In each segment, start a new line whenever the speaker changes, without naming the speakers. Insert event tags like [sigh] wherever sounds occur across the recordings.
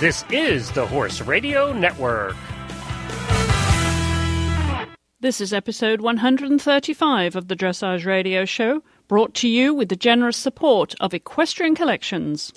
This is the Horse Radio Network.
This is episode 135 of the Dressage Radio Show, brought to you with the generous support of Equestrian Collections.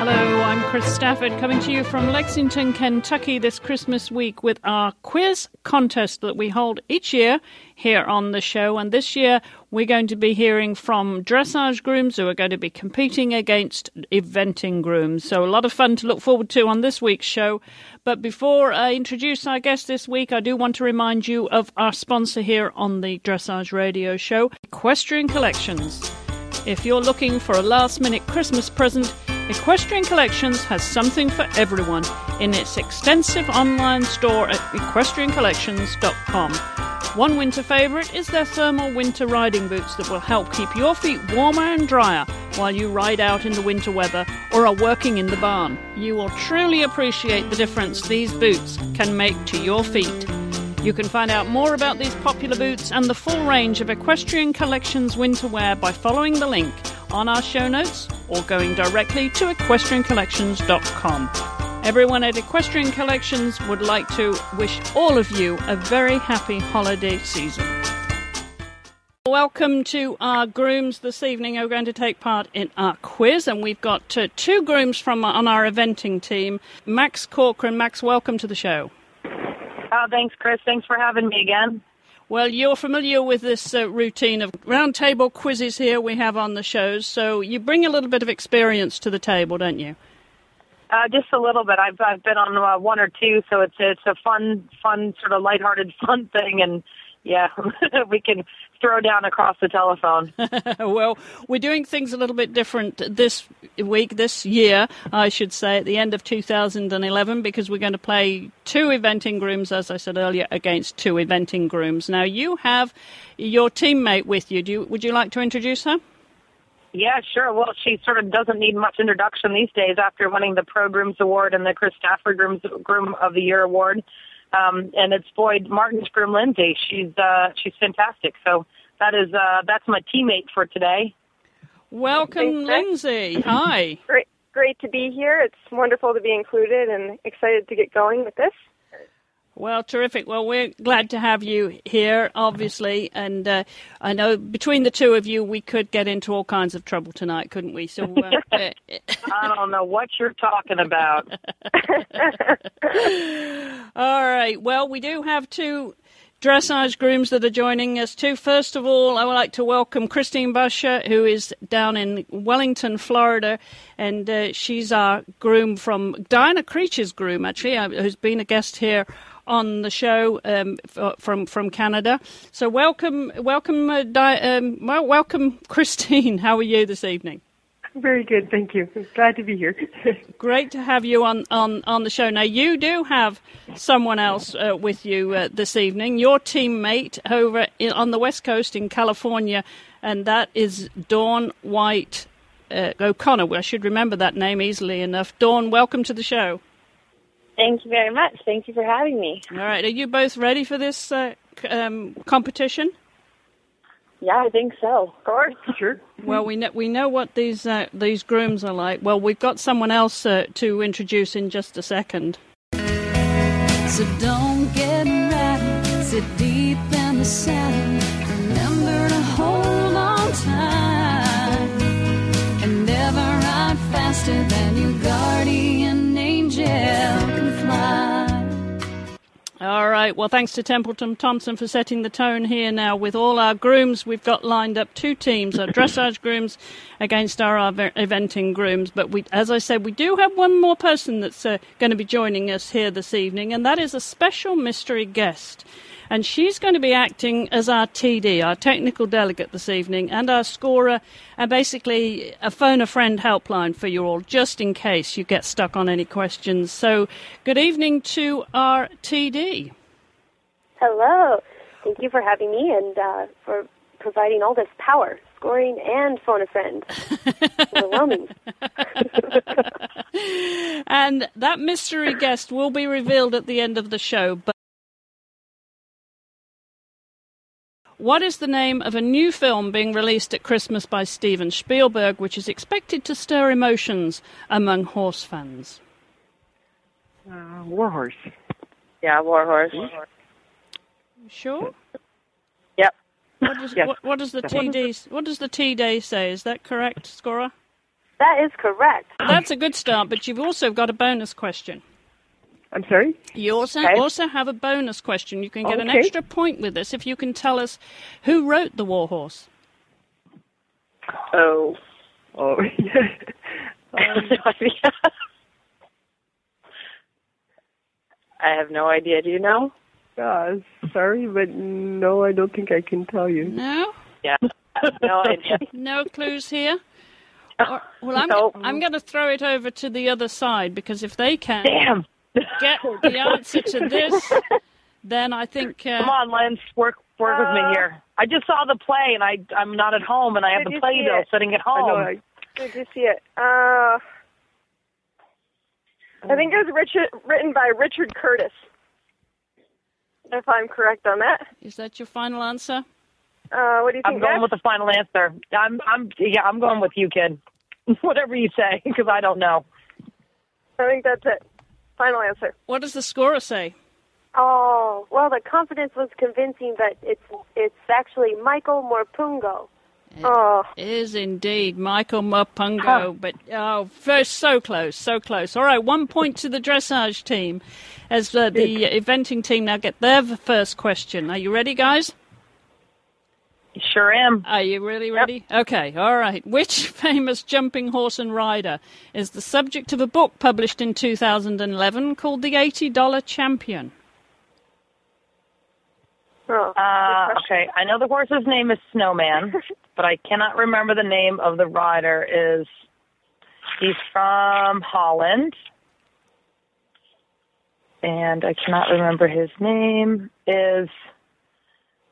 Hello, I'm Chris Stafford coming to you from Lexington, Kentucky this Christmas week with our quiz contest that we hold each year here on the show. And this year we're going to be hearing from dressage grooms who are going to be competing against eventing grooms. So a lot of fun to look forward to on this week's show. But before I introduce our guest this week, I do want to remind you of our sponsor here on the Dressage Radio Show, Equestrian Collections. If you're looking for a last minute Christmas present, Equestrian Collections has something for everyone in its extensive online store at equestriancollections.com. One winter favourite is their thermal winter riding boots that will help keep your feet warmer and drier while you ride out in the winter weather or are working in the barn. You will truly appreciate the difference these boots can make to your feet. You can find out more about these popular boots and the full range of Equestrian Collections winter wear by following the link on our show notes or going directly to equestriancollections.com. Everyone at Equestrian Collections would like to wish all of you a very happy holiday season. Welcome to our grooms this evening who are going to take part in our quiz, and we've got uh, two grooms from on our eventing team, Max Corcoran. Max, welcome to the show.
Oh, thanks, Chris. Thanks for having me again.
Well, you're familiar with this uh, routine of roundtable quizzes here we have on the shows, so you bring a little bit of experience to the table, don't you? [laughs]
Uh, just a little bit. I've I've been on uh, one or two, so it's it's a fun, fun sort of lighthearted, [laughs] fun thing, and yeah, [laughs] we can throw down across the telephone.
well, we're doing things a little bit different this week, this year, I should say, at the end of 2011, because we're going to play two eventing grooms, as I said earlier, against two eventing grooms. Now, you have your teammate with you. Do you would you like to introduce her?
yeah, sure. Well, she sort of doesn't need much introduction these days after winning the Pro Grooms Award and the Chris Stafford Grooms Groom of the Year Award, um, and it's Boyd Martin's groom Lindsay. She's uh, she's fantastic. So that is uh, that's my teammate for today.
Welcome,
Thanks,
Lindsay. Hi.
Great, great to be here. It's wonderful to be included and excited to get going with this.
Well, terrific. Well, we're glad to have you here, obviously. And uh, I know between the two of you, we could get into all kinds of trouble tonight, couldn't we? So, uh, uh,
I don't know what you're talking about. [laughs]
all right. Well, we do have two dressage grooms that are joining us too. First of all, I would like to welcome Christine Busher, who is down in Wellington, Florida, and uh, she's our groom from Diana Creech's groom, actually, uh, who's been a guest here on the show um, f- from from Canada. So welcome, welcome, uh, Di- um, well, welcome, [laughs] Christine. How are you this evening?
Very good, thank you. I'm glad to be here. [laughs]
great to have you on, on, on the show. Now, you do have someone else uh, with you uh, this evening, your teammate over in, on the West Coast in California, and that is Dawn White uh, O'Connor. Well, I should remember that name easily enough. Dawn, welcome to the show.
Thank you very much. Thank you for having me.
All right, are you both ready for this uh, c- um, competition?
Yeah, I think so. Of course.
sure.
Well, we know we know what these uh, these grooms are like. Well, we've got someone else uh, to introduce in just a second.
So don't get rattled, sit deep in the saddle. Remember to hold on tight and never ride faster than your guardian angel can fly.
All right. Well, thanks to Templeton Thompson for setting the tone here now with all our grooms. We've got lined up two teams, our dressage [coughs] grooms against our ev- eventing grooms. But we, as I said, we do have one more person that's uh, going to be joining us here this evening, and that is a special mystery guest. And she's going to be acting as our TD, our technical delegate this evening, and our scorer, and basically a phone a friend helpline for you all, just in case you get stuck on any questions. So, good evening to our TD.
Hello. Thank you for having me and uh, for providing all this power. scoring and phone a friend. Overwhelming.
And that mystery guest will be revealed at the end of the show. But what is the name of a new film being released at Christmas by Steven Spielberg, which is expected to stir emotions among horse fans?
Uh, Warhorse.
Yeah, Warhorse.
Sure.
Yep.
What does,
Hmm? Yes.
what, what does the TD what does the TD say? Is that correct, Scorer?
That is correct.
That's a good start, but you've also got a bonus question.
I'm sorry?
You also
Okay.
also have a bonus question. You can get an
Okay.
extra point with this if you can tell us who wrote the War Horse.
Oh.
[laughs] Oh, yeah.
I have no idea. Do you know?
Uh, sorry, but no, I don't think I can tell you.
No,
Yeah. No
[laughs]
idea.
no clues here. Or- well, I'm
Nope.
I'm going to throw it over to the other side because if they can
Damn.
get the answer to this, then I think uh,
Come on, Lens. Work work with me here. I just saw the play, and I I'm not at home, and I have
Uh, Did
the
you
play
see
bill
it?
sitting at
Oh,
I know
home.
I,
Did you see it? Uh, I think it was Richard, written by Richard Curtis. If I'm correct on that.
uh, is that your final answer?
Uh, what do you think?
I'm going
Beth?
with the final answer. I'm I'm yeah. I'm going with you, kid. [laughs] Whatever you say, because I don't know.
I think that's it. Final answer.
What does the scorer say?
Oh, well, the confidence was convincing, but it's it's actually Michael Morpungo. Oh,
Is indeed Michael Mapungo, but oh, first so close, so close. All right, one point to the dressage team, as uh, the eventing team now get their v- first question. Are you ready, guys?
Sure am.
Are you really ready? Okay, all right. Which [laughs] famous jumping horse and rider is the subject of a book published in 2011 called The $80 Champion?
oh.
Uh, okay, I know the horse's name is
[laughs]
Snowman, but I cannot remember the name of the rider. Is he's from Holland, and I cannot remember his name. Is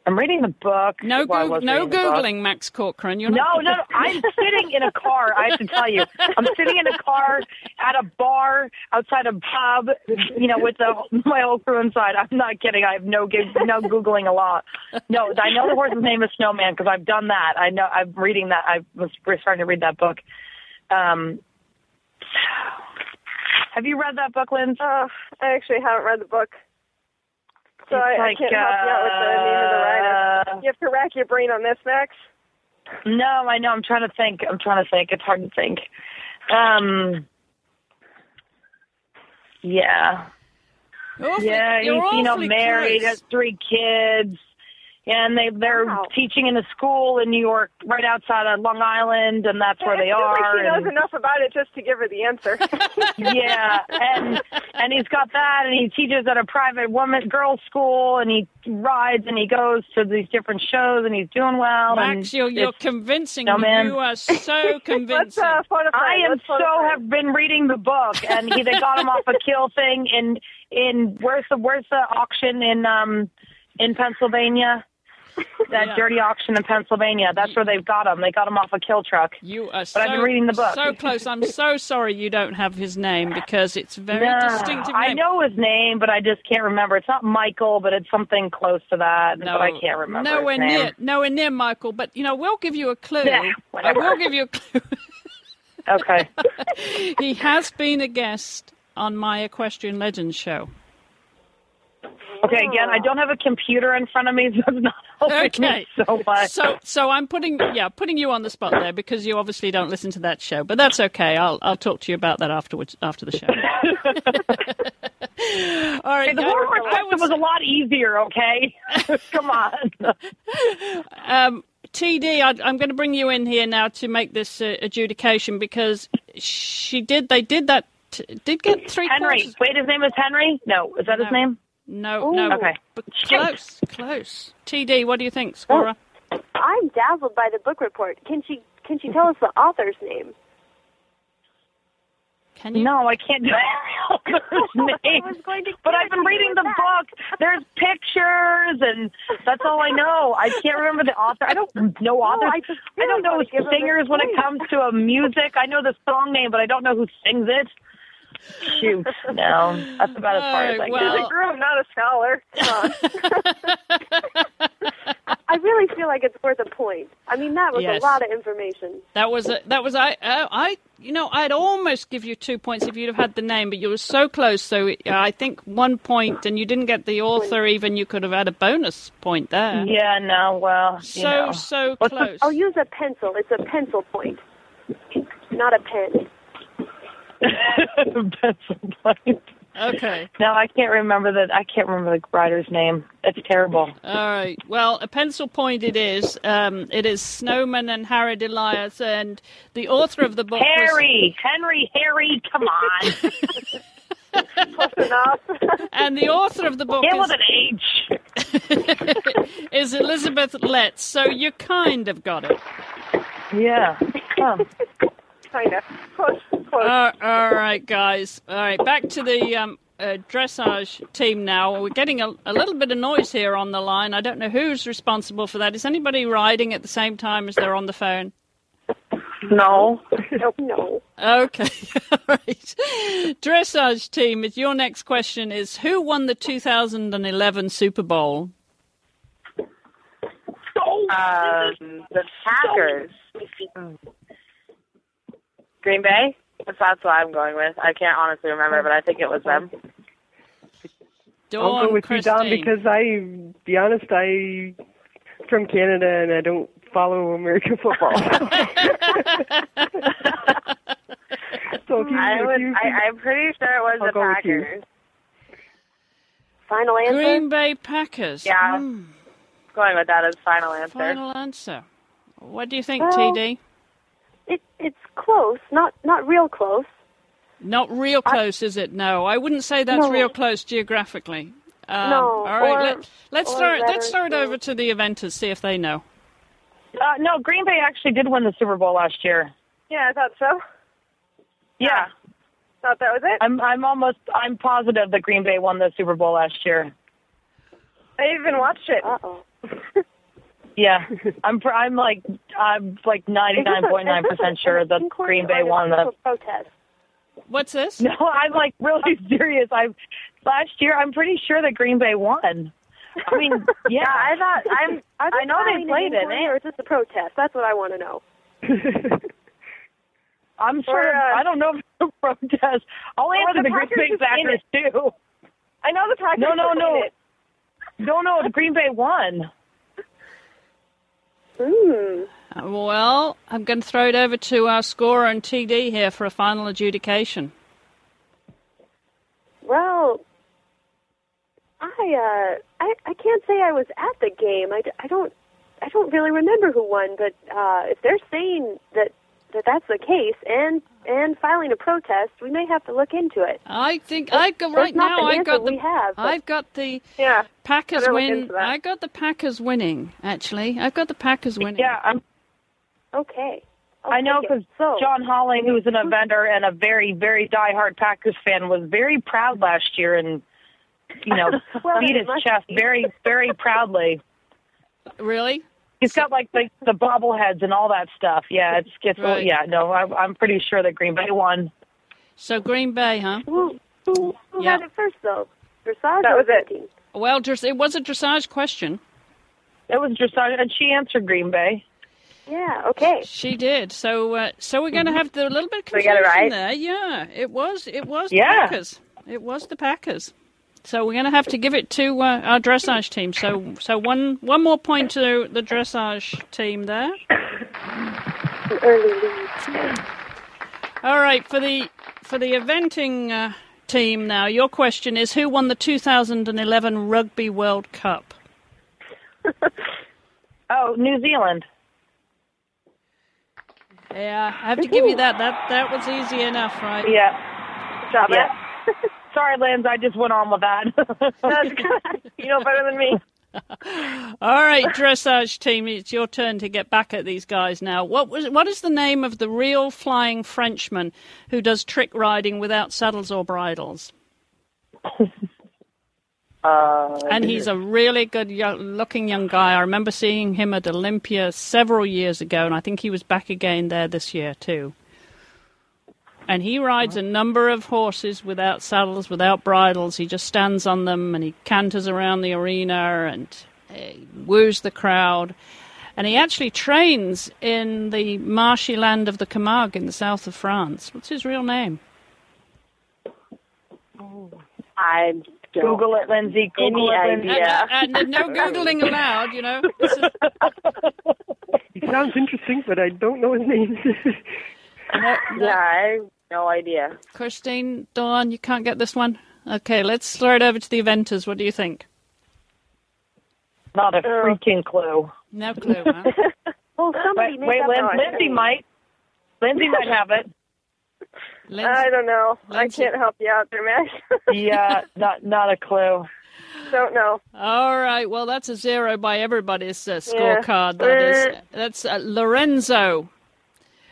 I'm reading the book.
No,
Well, I
goog-
was
no
reading the book.
googling, Max Corcoran. You're
No,
not
no, no. I'm sitting in a car. I have to tell you, I'm sitting in a car at a bar outside a pub. You know, with the, my whole crew inside. I'm not kidding. I have no gig, no googling a lot. No, I know the horse's name is Snowman because I've done that. I know. I'm reading that. I was starting to read that book. Um, have you read that book, Lynn?
Uh, I actually haven't read the book, so I, I
It's
can't help you out with the name of the writer.
uh,
You have to rack your brain on this, Max.
No, I know. I'm trying to think. I'm trying to think. It's hard to think. Um. Yeah.
You're awfully-
Yeah.
you're
he's you know
awfully
married,
close.
has three kids, and they they're
Wow.
teaching in a school in New York, right outside of Long Island, and that's where
I
they
feel like
are.
he knows
and-
enough about it just to give her the answer.
[laughs]
[laughs]
yeah, and and he's got that, and he teaches at a private woman girls' school, and he rides and he goes to these different shows, and he's doing well.
Max,
and
you're, you're
it's-
convincing
no,
me.
man.
You
[laughs]
are so
Let's
convincing.
uh, phone a friend.
I am
Let's phone a
so
friend.
have been reading the book, and he, they got him off a kill thing in in where's the where's the auction in um in Pennsylvania. That
Yeah.
dirty auction in Pennsylvania. That's where they've got him. They got him off a kill truck.
You are so,
But I've been reading the book.
so close. I'm so sorry you don't have his name because it's very
Nah,
distinctive.
I
name.
know his name, but I just can't remember. It's not Michael, but it's something close to that.
No,
but I can't remember.
Nowhere
his name.
near, nowhere near Michael. But you know, we'll give you a clue.
Yeah,
I
whatever.
will give you a clue. [laughs]
Okay.
he has been a guest on my Equestrian Legends
[laughs]
show.
Okay. Again, I don't have a computer in front of me, [laughs] so it's not helping
Oh. Okay.
me so much.
So, so I'm putting, yeah, putting you on the spot there because you obviously don't listen to that show. But that's okay. I'll, I'll talk to you about that afterwards, after
[laughs]
the show. [laughs] All right.
the
guys,
War Horse
I
question was a lot easier. Okay. [laughs] Come on.
TD, I, I'm going to bring you in here now to make this uh, adjudication because she did. They did that. Did get three
Henry.
quarters.
Wait, his name is Henry? No, is that his
No.
name?
No, no.
Okay. Oh.
But
Shoot.
close, close. TD, what do you think, Scorer?
I'm dazzled by the book report. Can she can she tell us the author's name?
Can you?
[laughs] No, I can't do author's name.
was going to
But I've been
guarantee
reading
you
the
that.
book. There's pictures, and that's all I know. I can't remember the author. I don't know authors.
I just
I don't
really
know
wanna give 'em a
singers when it
point.
comes to a music. I know the song name, but I don't know who sings it. Shoot, no, that's about as far as I
Oh,
Alright,
can.
well-
a groom, not a
[laughs]
scholar. Come on. I really feel like it's worth a point. I mean, that was
Yes.
a lot of information.
That was a, that was I uh, I you know I'd almost give you two points if you'd have had the name, but you were so close. So it, I think one point, and you didn't get the author. Even you could have had a bonus point there.
Yeah, no, well,
So
you know. [laughs] oh,
so
What's the-
close.
I'll use a pencil. It's a pencil point, not a pen.
Pencil point.
okay.
No, I can't remember the I can't remember the writer's name. It's terrible.
All right. Well, a pencil point it is. Um, it is Snowman and Harry Elias, and the author of the book was-
Harry, Henry, Harry, come on.
Close enough.
and the author of the book
It
is,
was an H.
is Elizabeth Letts. So you kind of got it.
Yeah. Huh.
[laughs] kind of. Close, close.
Uh, all right, guys. All right, back to the um, uh, dressage team now. We're getting a, a little bit of noise here on the line. I don't know who's responsible for that. Is anybody riding at the same time as they're on the phone?
No.
Nope, no.
Okay, [laughs] all right. Dressage team, is- your next question is Who won the 2011 Super Bowl?
Um, the Packers. Green Bay? That's that's what I'm going with. I can't honestly remember, but I think it was them.
I'll go
Dawn
with
Christine.
you, Don, because I, be honest, I from Canada and I don't follow American [laughs]
[laughs]
football. so if you,
I
if
was.
you
I, I'm pretty sure it was
I'll
the
go with you.
Packers.
Final answer.
Green Bay Packers.
Yeah.
Hmm,
Going with that as final answer.
final answer. What do you think,
Well-
TD?
It, it's close, not not real close.
Not real close, is it? No, I wouldn't say that's
No.
real close geographically. Um,
No,
All right,
or-
let, let's
or
throw it, let's
letters,
throw it
no.
over to the inventors, see if they know.
Uh, no, Green Bay actually did win the Super Bowl last year.
Yeah, I thought so.
Yeah.
Thought that was it.
I'm I'm almost I'm positive that Green Bay won the Super Bowl last year.
I even watched it. Uh oh.
Yeah. I'm pr- I'm like I'm like 99.9% sure that Green Bay won the
protest.
What's this?
[laughs] No, I'm like really [laughs] serious. I last year I'm pretty sure that Green Bay won. I mean, yeah,
Yeah, I thought I'm.
Are they
I know they
filing an
played it.
inquiry
eh?
or is this a protest? That's what I want to know.
I'm sure.
uh,
I don't know if it's a protest. I'll
the
answer the, Green
Packers
Bay
just in
Packers
it.
too.
I know the Packers.
No, no,
are
no.
in it.
Don't know if Green Bay won.
Hmm.
Well, I'm going to throw it over to our scorer and TD here for a final adjudication.
Well, I uh, I I can't say I was at the game. I, d- I don't I don't really remember who won, but uh, if they're saying that that that's the case and and filing a protest, we may have to look into it.
I think I got right
not
now.
the
I
answer
got the
we have, but-
I've got the
Yeah.
Packers
Better look
win.
into that.
I got the Packers winning. Actually, I've got the Packers winning.
Yeah, I'm,
Oh, Okay. I'll
I know
take it.
because
so,
John Holling, who's an inventor and a very, very diehard Packers fan, was very proud last year and you know
Well,
beat
it
his
must
chest
be.
very, very proudly.
Really?
He's got like the the bobbleheads and all that stuff. Yeah, it's, it's oh,
Right.
yeah. No, I, I'm pretty sure that Green Bay won.
So Green Bay, huh?
Who, who, who
Yeah.
had it first though? Dressage. That was it.
Well, dress- it was a dressage question.
It was just uh, and she answered Green Bay.
Yeah. Okay.
She did. So, uh, so we're going to have the a little bit of
We got
confusion
it right?
there. Yeah, it was. It was
Yeah.
the Packers. It was the Packers. So we're going to have to give it to uh, our dressage team. So, so one one more point to the dressage team there.
An early lead.
All right, for the for the eventing uh, team now. Your question is: Who won the 2011 Rugby World Cup?
Oh, New Zealand.
Yeah, I have to give you that. That that was easy enough, right?
Yeah.
Stop
[laughs] Yeah. Sorry, Linz, I just went on with that. [laughs]
it. you know better than me.
All right, dressage team, it's your turn to get back at these guys now. What was what is the name of the real flying Frenchman who does trick riding without saddles or bridles?
Uh,
And he's a really good yo looking young guy. I remember seeing him at Olympia several years ago, and I think he was back again there this year too. And he rides a number of horses without saddles, without bridles. He just stands on them and he canters around the arena and uh, woos the crowd. And he actually trains in the marshy land of the Camargue in the south of France. What's his real name?
I don't
Google it, Lindsay. Google
Any
it, Lindsay.
idea. Yeah.
And, uh, and no Googling allowed, you know. This is-
He sounds interesting, but I don't know his name. [laughs]
Yeah, I have no idea.
Christine, Dawn, you can't get this one. Okay, let's throw it over to the inventors. What do you think?
Not a freaking clue.
No clue. Huh?
Well, somebody
Wait,
made
wait
up
Lin-
on it.
Lindsay might. Lindsay might
[laughs]
have it.
Lindsay,
I don't know.
Lindsay.
I can't help you out
[laughs]
there, Mash.
Yeah, uh, not not a clue.
don't know.
All right. Well, that's a zero by everybody's uh, scorecard. That is. That's uh, Lorenzo.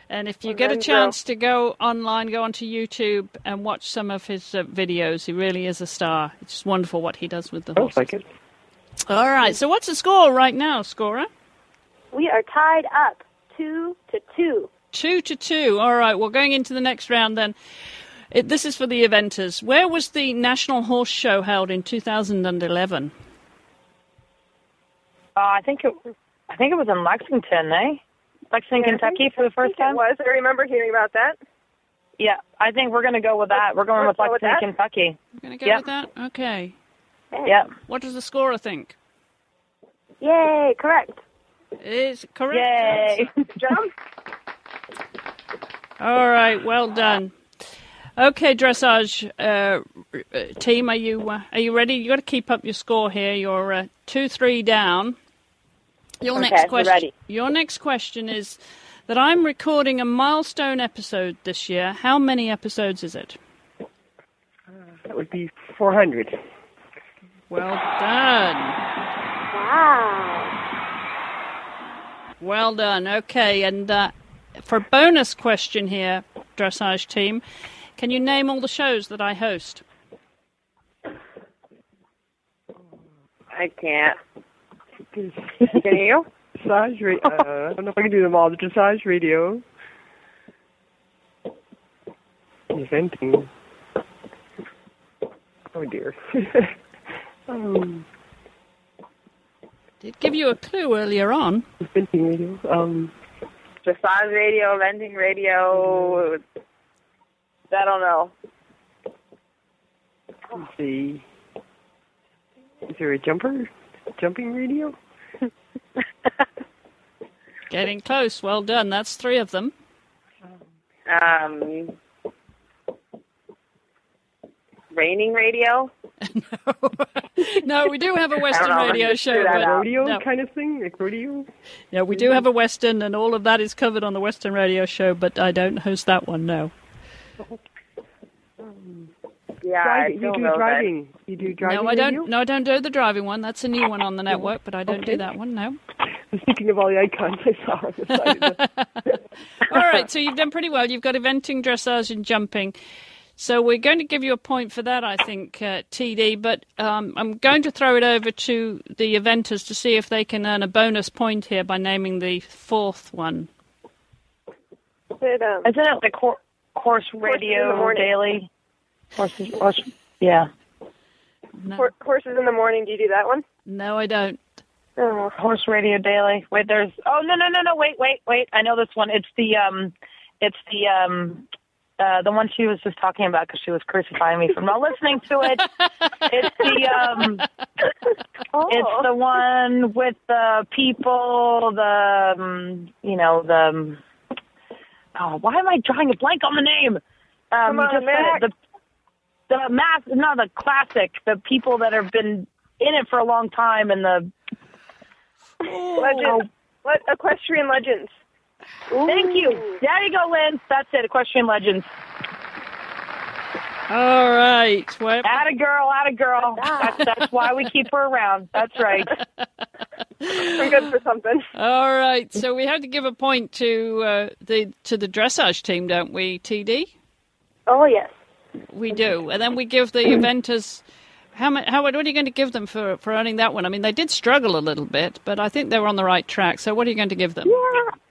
And if you get a
Lorenzo.
chance to go online, go onto YouTube and watch some of his uh, videos. He really is a star. It's just wonderful what he does with the
Sounds
horses.
like it.
All right. So what's the score right now, scorer?
We are tied up two to two.
Two to two. All right, well, going into the next round then. It, this is for the eventers. Where was the National Horse Show held in 2011?
Uh, I think it. I think it was in Lexington, eh? Lexington, Kentucky, for the first
It
time.
was. I remember hearing about that.
Yeah, I think we're gonna go with that. We're going
We're
with
going with
Lexington,
that?
Kentucky.
We're going to go
Yep.
with that? Okay.
Yep.
What does the scorer think?
Yay! Correct.
Is it correct.
Yay!
All right, well done. Okay, dressage uh, uh, team, are you uh, are you ready? You got to keep up your score here. You're uh, two three down. Your
Okay,
next
we're
question.
ready.
Your next question is that I'm recording a milestone episode this year. How many episodes is it?
That would be 400.
Well done.
Wow.
Well done. Okay, and uh, for bonus question here, dressage team, can you name all the shows that I host?
I can't.
Dressage
Can you?
radio. Uh, I don't know if I can do them all. The dressage radio. Eventing. Oh dear. [laughs] um,
Did give you a clue earlier on.
eventing radio. Um,
Dressage radio, vending radio. I don't know.
let's see. Is there a jumper? Jumping radio?
Getting close. Well done. That's three of them.
Um, raining radio.
[laughs] no, we do have a Western
know.
radio
Let's
show.
do that
But,
out.
Rodeo
no.
kind of thing? Like rodeo?
Yeah, we do have a Western, and all of that is covered on the Western radio show, but I don't host that one, no.
Yeah,
Driving.
I
you
don't
do
know
driving. You do driving.
no, I
radio?
don't. No, I don't do the driving one. That's a new one on the network, but I don't do that one.
[laughs]
No.
I was thinking of all the icons I saw on
[laughs]
the side. of the-
All right, so you've done pretty well. You've got eventing, dressage, and jumping. So we're going to give you a point for that, I think, uh, TD. But um, I'm going to throw it over to the eventers to see if they can earn a bonus point here by naming the fourth one.
that. But, um,
Isn't it like hor- horse radio
morning.
daily? Horses, horse. Yeah,
No,
hor- horses in the morning. Do you do that one?
no I don't.
Oh,
horse radio daily. Wait, there's. Oh no no no no! Wait wait wait! I know this one. It's the um, it's the um, uh, the one she was just talking about because she was crucifying me for not listening to
[laughs]
it. It's the um, it's the one with the people. The um, you know the. Um, oh, why am I drawing a blank on the name? Um,
Come on,
just
Mac.
the, the the mass, not the classic. The people that have been in it for a long time and the
Oh.
legends. What equestrian legends?
Thank you. There you go, Lynn. That's it. Equestrian Legends.
All right. Well,
At a girl, at a girl. That's, that's why we keep her around. That's right.
We're good for [laughs] something.
all right. So we have to give a point to uh, the to the dressage team, don't we, TD?
Oh yes.
We do, and then we give the eventers. How much? How what are you going to give them for for earning that one? I mean, they did struggle a little bit, but I think they were on the right track. So what are you going to give them?
Yeah,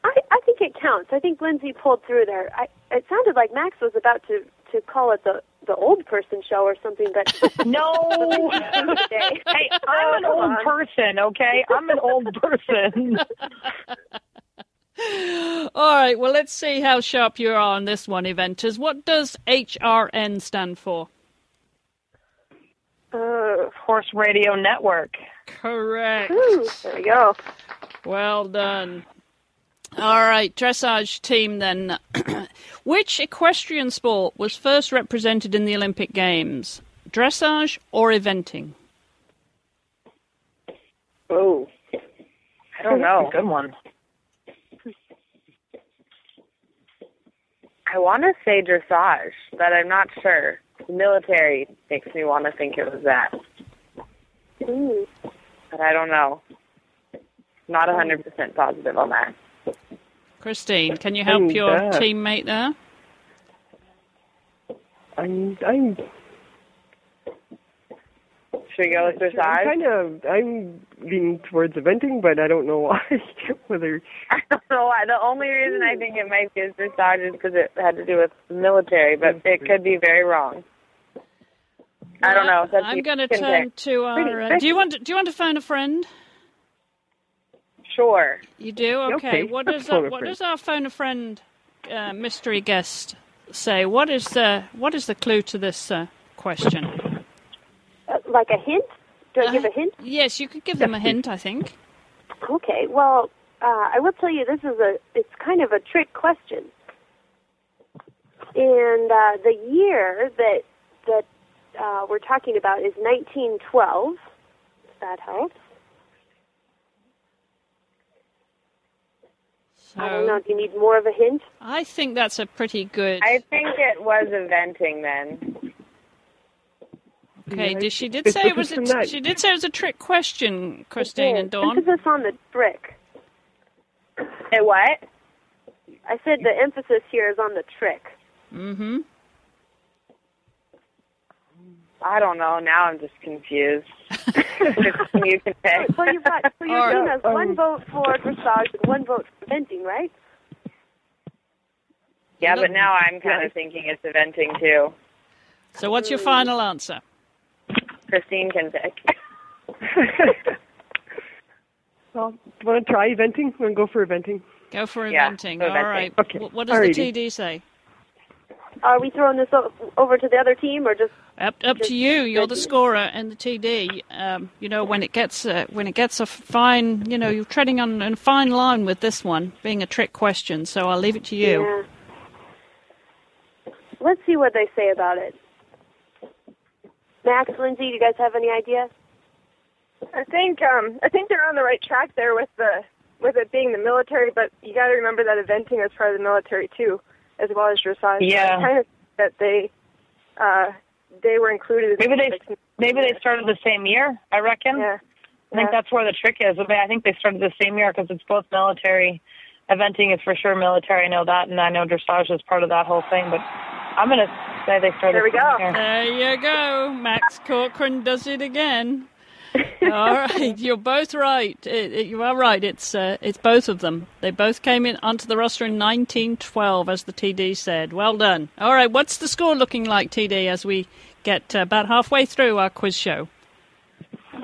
I, I think it counts. I think Lindsay pulled through there. I, it sounded like Max was about to, to call it the, the old person show or something, but [laughs]
[laughs]
No.
today.
Hey, I'm an old person, okay? I'm an old person.
All right. Well, let's see how sharp you are on this one, eventers. What does HRN stand for?
Uh,
Horse Radio Network.
Correct.
ooh, there we go.
Well done. All right, dressage team then. [clears throat] Which equestrian sport was first represented in the Olympic Games? Dressage or eventing?
Oh,
I don't know. Good one.
I want to say dressage, but I'm not sure. Military makes me want to think it was that,
Ooh,
but I don't know. Not 100% positive on that.
Christine, can you help
Oh,
your
yeah.
teammate there?
I'm I'm
Should we go with
I'm
dressage?
kind of I'm leaning towards eventing, but I don't know [laughs] why. Whether
[laughs] I don't know why. The only reason I think it might be is dressage is because it had to do with military, but it could be very wrong. I don't know. That's
I'm
you
going to
can
turn
pick.
to our. Uh,
pretty.
do you want? To, do you want to phone a friend?
Sure.
You do. Okay.
Okay,
What
let's
does our,
phone a
what
friend.
does our phone a friend uh, mystery guest say? What is the what is the clue to this uh, question?
uh, like a hint? Do I give a hint?
Yes, you could give them a hint. I think.
Okay, well, uh, I will tell you this is a, it's kind of a trick question. And uh, the year that, that uh, we're talking about is 1912. If That helps.
So
I don't know. Do you need more of a hint?
I think that's a pretty good.
I think it was eventing then.
Okay,
Yeah,
did she did
it's
say it was
different
a,
from that.
she did say it was a trick question, Christine and Dawn.
Emphasis on the trick.
It what?
I said the emphasis here is on the trick.
Mm-hmm.
I don't know. Now I'm just confused. [laughs] you can pick.
So you got so your
Or-
team has one vote for dressage and one vote for venting, right?
Yeah, but now I'm kind of thinking it's eventing too.
So what's your final answer?
Christine can pick. [laughs]
well, do you want to try eventing? Want to go for eventing?
Go for
Yeah,
inventing.
go
All
inventing.
right.
Okay,
Wh- What does
alrighty.
the TD say?
Are we throwing this o- over to the other team or just
Up, up to you. You're the scorer and the TD. Um, you know when it gets uh, when it gets a fine. You know you're treading on a fine line with this one being a trick question. So I'll leave it to you.
Yeah. Let's see what they say about it. Max, Lindsay, do you guys have any idea?
I think um, I think they're on the right track there with the with it being the military, but you got to remember that eventing is part of the military too, as well as dressage.
Yeah.
I kind of think that they uh, they were included.
Maybe they maybe they started the same year. I reckon.
Yeah.
I think
Yeah.
that's where the trick is. I, mean, I think they started the same year because it's both military. Eventing is for sure military. I know that, and I know dressage is part of that whole thing. But I'm gonna say they started.
There we
the
go.
same year.
There you go. Max Corcoran does it again. All right, you're both right. It, it- you are right. It's uh, it's both of them. They both came in onto the roster in 1912, as the TD said. Well done. All right, what's the score looking like, TD, as we get uh, about halfway through our quiz show?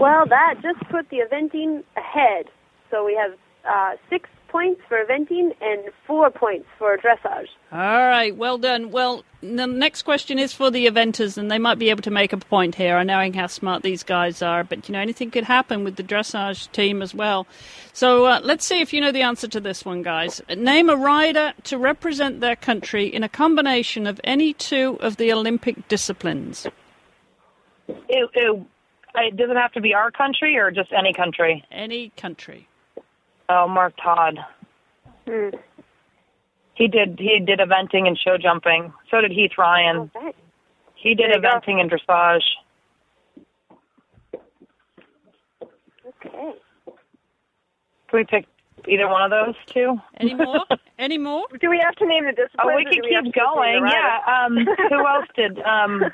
Well, that just put the eventing ahead. So we have uh, six points for eventing and four points for dressage.
All right, well done. Well, the next question is for the eventers, and they might be able to make a point here. I knowing how smart these guys are, but you know anything could happen with the dressage team as well. So uh, let's see if you know the answer to this one, guys. Name a rider to represent their country in a combination of any two of the Olympic disciplines.
Ew, ew. It doesn't have to be our country or just any country.
Any country.
Oh, Mark Todd.
Hmm.
He did. He did eventing and show jumping. So did Heath Ryan.
Oh,
Okay.
He did eventing and dressage.
Okay.
Can we pick either one of those two?
Any more? Any more?
Do we have to name the discipline?
Oh, we can keep going. Yeah. Um,
[laughs]
who else did? Um,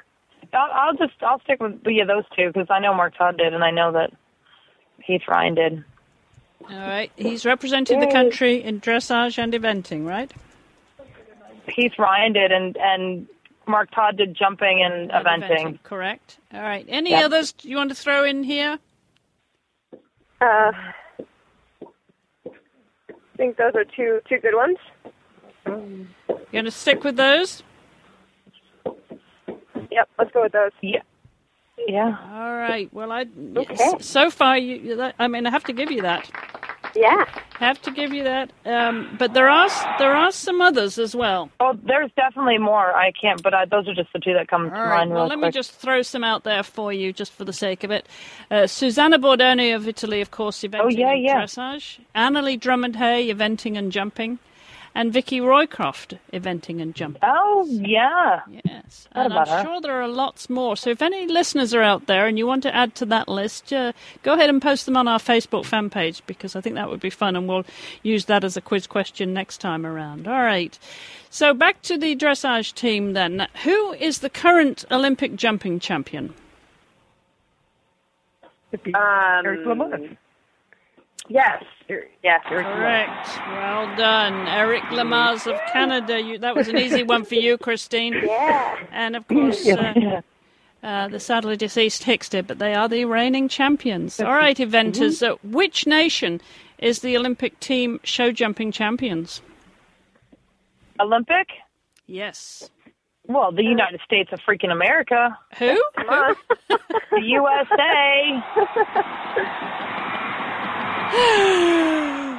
I'll, I'll just I'll stick with yeah those two because I know Mark Todd did and I know that Heath Ryan did.
All right. He's represented the country in dressage and eventing, right?
Heath Ryan did and and Mark Todd did jumping and eventing.
Correct. All right. Any
Yeah.
others you want to throw in here?
Uh, I think those are two two good ones.
You going to stick with those?
Yep, let's go with those.
Yeah. Yeah.
All right. Well, I s- so far, you, you- that- I mean, I have to give you that.
Yeah.
Have to give you that. Um, but there are s- there are some others as well.
Oh, there's definitely more. I can't, but I, those are just the two that come to
All right.
mind.
Well,
real
let
quick.
me just throw some out there for you, just for the sake of it. Uh, Susanna Bordone of Italy, of course, eventing
Oh, yeah,
and
yeah.
dressage. Annalie Drummond Hay, eventing and jumping. And Vicky Roycroft, eventing and jumping.
Oh yeah.
Yes, and I'm
about her.
sure there are lots more. So if any listeners are out there and you want to add to that list, uh, go ahead and post them on our Facebook fan page because I think that would be fun, and we'll use that as a quiz question next time around. All right. So back to the dressage team then. Who is the current Olympic jumping champion?
It'd be
Um,
Eric Lamont.
Yes. Yes.
Correct. Well done, Eric Lamars of Canada. You, that was an easy one for you, Christine.
Yeah.
And of course, uh, uh, the sadly deceased Hicks did, but they are the reigning champions. All right, eventers. Uh, which nation is the Olympic team show jumping champions?
Olympic?
Yes.
Well, the United States of freaking America.
Who? Who?
The USA.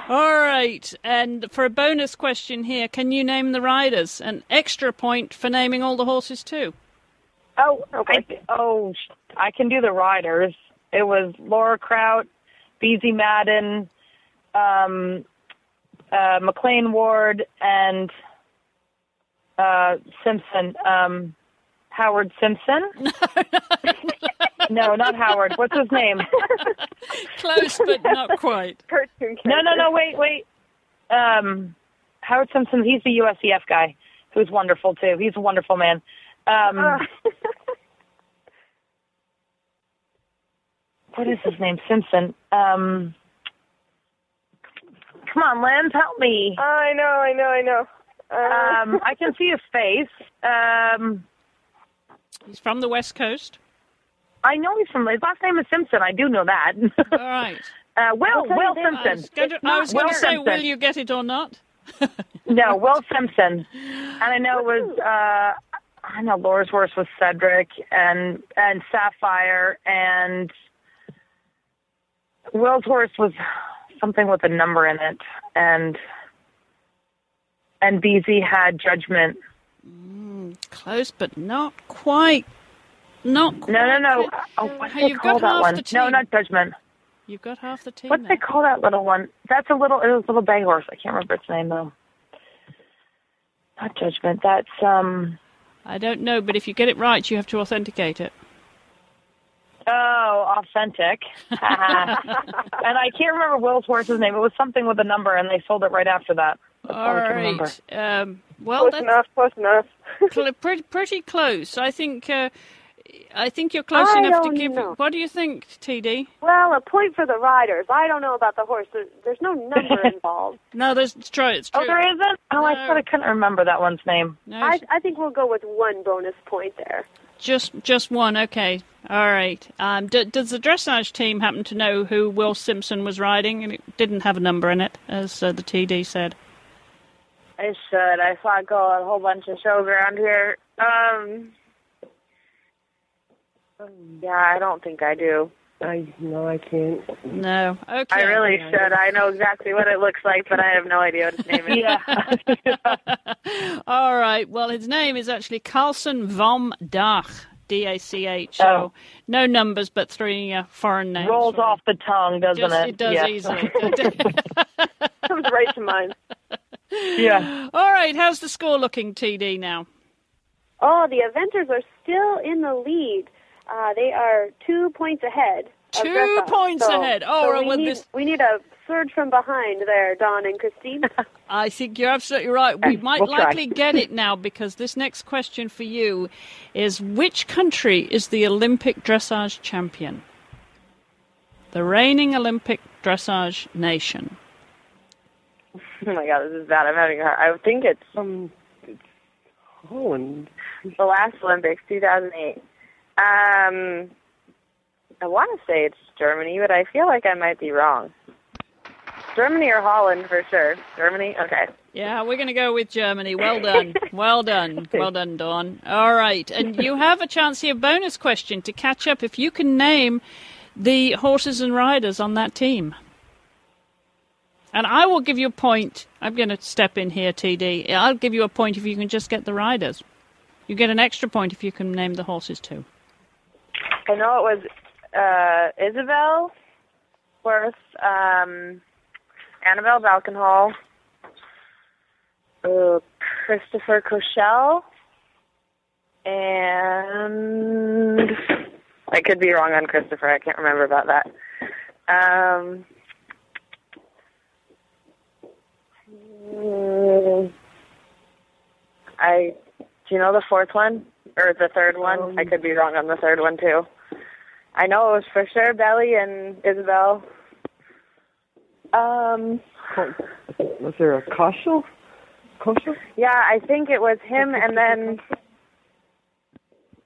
All right. And for a bonus question here, can you name the riders? An extra point for naming all the horses, too.
Oh,
Okay.
I, oh, sh- I can do the riders. It was Laura Kraut, Beezy Madden, um, uh, McLean Ward, and uh, Simpson. Um, Howard Simpson? no, not Howard. What's his name?
Close, but not quite.
Cartoon
No,
characters.
no, no, wait, wait. Um, Howard Simpson, he's the USCF guy who's wonderful too. He's a wonderful man. Um,
Uh,
what is his name? Simpson. Um, come on, Lens, help me.
Oh, I know, I know, I know. Uh,
Um, I can see his face. Um,
He's from the West Coast.
I know he's from, his last name is Simpson. I do know that. [laughs]
All right.
uh, Will,
tell you
Will
this,
I was
Simpson.
going to, I was going to
Will
say,
Simpson.
will you get it or not?
No, Will Simpson. And I know it was uh I know Laura's horse was Cedric and and Sapphire and Will's horse was something with a number in it and and BZ had judgment.
Close, but not quite. Not quite.
No, no, no. Oh, what
Hey,
do they
you've
call
got
that
half
one?
the
No,
team.
not judgment.
You've got half the team.
What's
there.
they call that little one? That's a little. It was a little bay horse. I can't remember its name though. Not judgment. That's um.
I don't know, but if you get it right, you have to authenticate it.
Oh, authentic. and
[laughs]
I can't remember Will's horse's name. It was something with a number, and they sold it right after that. That's all
All
I can remember.
right. Um, well,
close
that's
enough, close enough. [laughs]
cl- pretty, pretty close. I think. Uh, I think you're close
I
enough to
don't
give.
know.
What do you think, TD?
Well, a point for the riders. I don't know about the horse. There's, there's
[laughs]
no number involved.
No, there's. It's true. It's true.
Oh, there isn't? Oh, I
No.
thought I couldn't remember that one's name.
No,
I, I think we'll go with one bonus point there.
just just one. Okay. All right. Um, d- does the dressage team happen to know who Will Simpson was riding? And it didn't have a number in it, as uh, the TD said.
I should. I saw it go on a whole bunch of shows around here. Um. Yeah, I don't think I do.
I no, I can't.
No. Okay.
I really should. I know exactly what it looks like, but I have no idea what its name is.
Yeah.
All right. Well, his name is actually Carlson vom Dach, D A C H. So
Oh.
no numbers, but three uh, foreign names.
Rolls
really.
off the tongue, doesn't
Just,
it?
it does
yeah. [laughs]
easily. [laughs]
Comes right to mind.
yeah.
All right. How's the score looking, TD? Now
Oh, the Avengers are still in the lead. Uh, they are two points ahead. of
Two
Dressage.
points
So-
ahead. Oh,
so
well,
we
with
need,
this-
we need a surge from behind there, Don
[laughs]
and Christine.
I think you're absolutely right. We might
Uh, we'll try.
likely get it
[laughs]
now because this next question for you is which country is the Olympic dressage champion? The reigning Olympic dressage nation.
Oh my god, this is bad. I'm having a hard. I think it's
um, Holland.
the last Olympics, 2008. Um, [laughs] I want to say it's Germany, but I feel like I might be wrong. Germany or Holland for sure. Germany. Okay.
Yeah, we're going to go with Germany. Well done. Well done. Well done, Dawn. All right. And you have a chance here, bonus question to catch up if you can name the horses and riders on that team. And I will give you a point. I'm going to step in here, TD. I'll give you a point if you can just get the riders. You get an extra point if you can name the horses too.
I know it was uh, Isabel Worth, um, Annabelle Balkenhol, uh, Christopher Cochelle, and I could be wrong on Christopher. I can't remember about that. Um, mm, I do you know the fourth one or the third one? I could be wrong on the third one too. I know it was for sure Belly and Isabel. Um,
Was there a Koshel? Koshel?
yeah, I think it was him, and then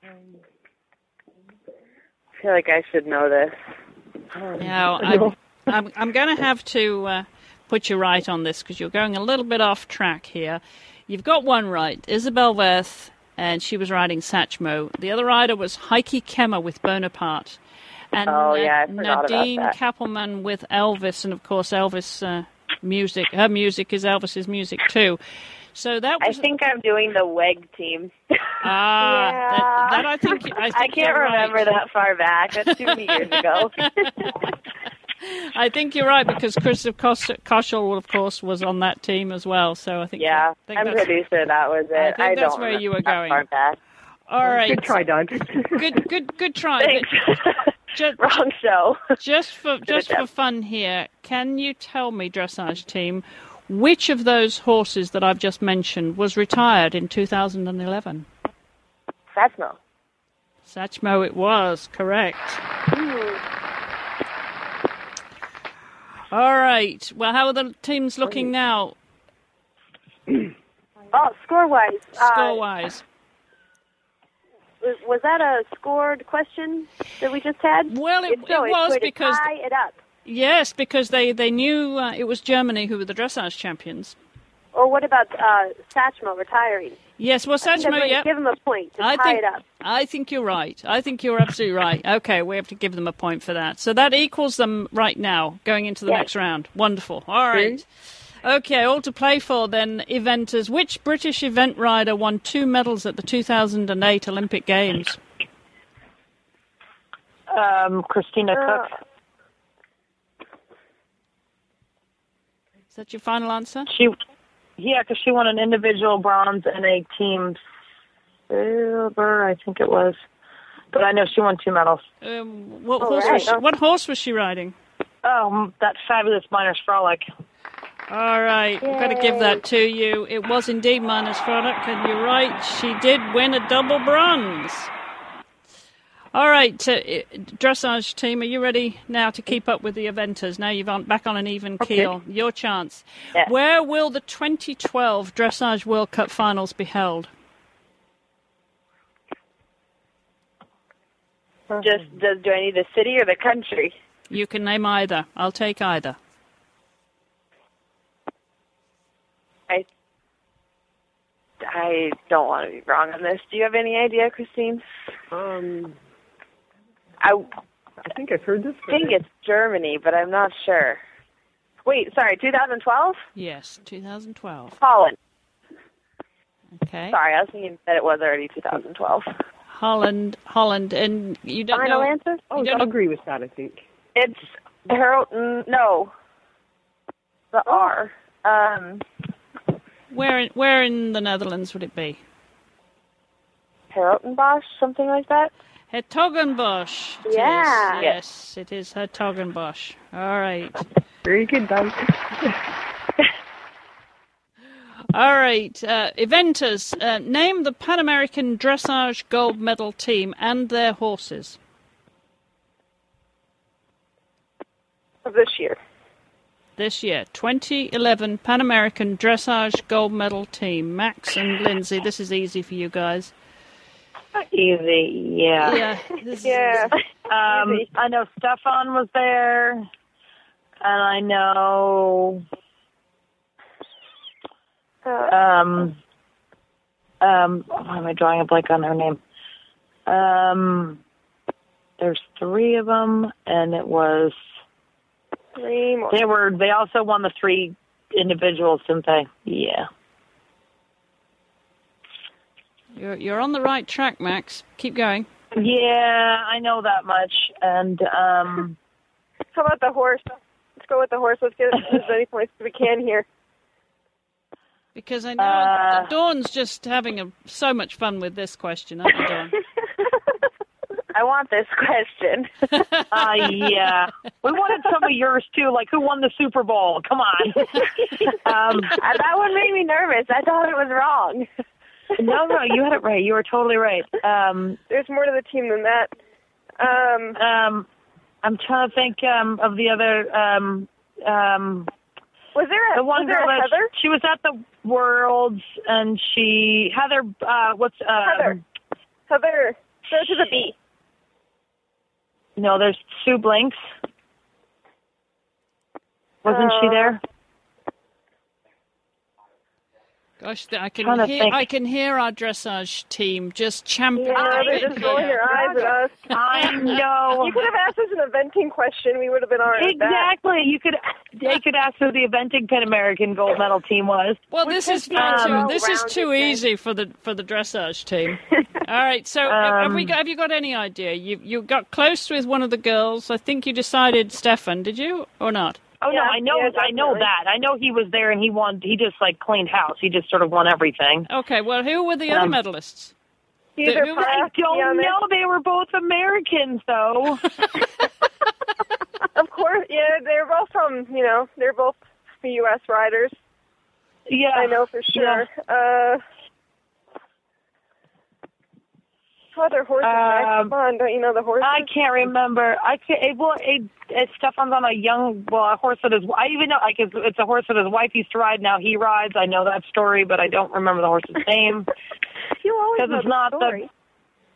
I feel like I should know this.
Now, I'm, I'm, I'm going to have to uh, put you right on this because you're going a little bit off track here. You've got one right, Isabel Wirth, and she was riding Satchmo. The other rider was Heike Kemmer with Bonaparte. And
Oh,
Na-
yeah, I forgot about
Nadine
that.
Kappelman with Elvis, and of course, Elvis uh, music. Her music is Elvis's music too. So that
I
was
think I'm doing the WEG team.
[laughs]
ah, that,
Yeah.
that I think I, think
I can't
you're right.
remember that far back. That's too many years ago.
[laughs] I think you're right because Christopher Kos- Koshel, of course, was on that team as well. So I think
Yeah,
I think
I'm
that's-
pretty sure that was it. I,
think that's
don't
where
remember
you were
that
going.
far back. [laughs]
All right.
Good try, Don.
Good, good, good try.
Thanks.
Just,
Wrong show.
just for just for fun here, can you tell me, dressage team, which of those horses that I've just mentioned was retired in 2011?
Satchmo.
Satchmo, it was correct. All right. Well, how are the teams looking now,
oh, score wise.
score wise?
was that a scored question that we just had?
Well, it-
If so,
it
it's
was
going to
because-
tie it up.
Yes, because they they knew uh, it was Germany who were the dressage champions.
Or what about uh, Satchmo retiring?
Yes, well,
I think I'm
Satchmo,
going
yeah.
to give him a point to
I
tie
think
it up.
I think you're right. I think you're absolutely right. Okay, we have to give them a point for that. So that equals them right now going into the next round. Wonderful. All right. Okay, all to play for then, eventers. Which British event rider won two medals at the 2008 Olympic Games?
Um, Christina
Uh.
Cook.
Is that your final answer?
She, yeah, because she won an individual bronze and a team silver, I think it was. But I know she won two medals.
Um, what,
All
horse was
right.
she, what horse was she riding?
Oh, that fabulous Miner's Frolic.
All right, we've got to give that to you. It was indeed minus product, and you're right. She did win a double bronze. All right, uh, dressage team, are you ready now to keep up with the eventers? Now you've on back on an even keel. Your chance.
Yeah.
Where will the 2012 Dressage World Cup finals be held?
Just does do I need the city or the country?
You can name either. I'll take either.
I I don't want to be wrong on this. Do you have any idea, Christine?
Um,
I
I think I've heard this.
think it's Germany, but I'm not sure. Wait, sorry, 2012?
Yes, 2012.
Holland.
Okay.
Sorry, I was thinking that it was already 2012.
Holland, Holland, and you don't
Final
know.
answer?
Oh,
You don't
I'll agree with that. I think.
It's Harold. No, the
Oh.
R. Um,
Where in, where in the Netherlands would it be?
Heraltenbosch, something like that.
Hertogenbosch. it is.
Yeah.
Yes, it is Hertogenbosch. All right.
Very good, Don.
[laughs] All right. Uh, eventers, uh, name the Pan American dressage gold medal team and their horses.
of this year.
This year, 2011 Pan American dressage gold medal team. Max and Lindsay, this is easy for you guys.
Easy, yeah.
Yeah. [laughs] This is-
Yeah.
Um, I know Stefan was there, and I know
Uh,
um, um, why am I drawing a blank on her name? Um, there's three of them, and it was
three more.
they were they also won the three individuals, didn't they? Yeah.
You're, you're on the right track, Max. Keep going.
Yeah, I know that much, and um,
How about the horse? Let's go with the horse. Let's get as many points as we can here.
Because I know
Uh,
Dawn's just having a, so much fun with this question, aren't you, Dawn?
I want
[laughs]
this question.
uh, yeah, we wanted some of yours too. Like, who won the Super Bowl?
[laughs]
Come on. um,
Uh, that one made me nervous. I thought it was wrong.
no, no, you had it right. You were totally right. Um,
There's more to the team than that. Um,
um, I'm trying to think um, of the other. Um, um,
was there a,
the one
was there
girl
a
that
Heather?
she was at the Worlds, and she Heather. Uh, what's um,
Heather. Heather. Start to the
[laughs]
B.
No, there's Sue Blinks. Wasn't she
Uh,
there?
Gosh, th- I
Trying
can
to
hear
think.
I can hear our dressage team just champing.
Yeah,
at
they're
the bit
just
here.
rolling their eyes at us.
I know.
[laughs] You could have asked us an eventing question. We would have been all right. with that.
Exactly. You could they could ask who the eventing Pan American gold medal team was.
Well, this is far
um,
too, this is too
well-rounded
easy for the for the dressage team. All right, so have we
Um,
got, have you got any idea? You you got close with one of the girls. I think you decided Stefan, did you or not?
Oh no,
Yeah,
I know
yeah,
I know
definitely.
that. I know he was there and he won he just like cleaned house. He just sort of won everything.
Okay, well, who were the other
Um,
medalists?
Either
Who-
I
Paya,
don't
Giannis-
know. They were both Americans
[laughs]
though.
Of course, yeah, they're both from, you know, they're both U.S. riders.
yeah.
I know for sure. Uh, what other horses?
Um,
Come on, don't you know the horses?
I can't remember. I can't. It, well, it, it Stefan's on a young, well, a horse that his. I even know like it's, it's a horse that his wife used to ride. Now he rides. I know that story, but I don't remember the horse's name.
you always
'Cause
know
it's not
the
the-
story.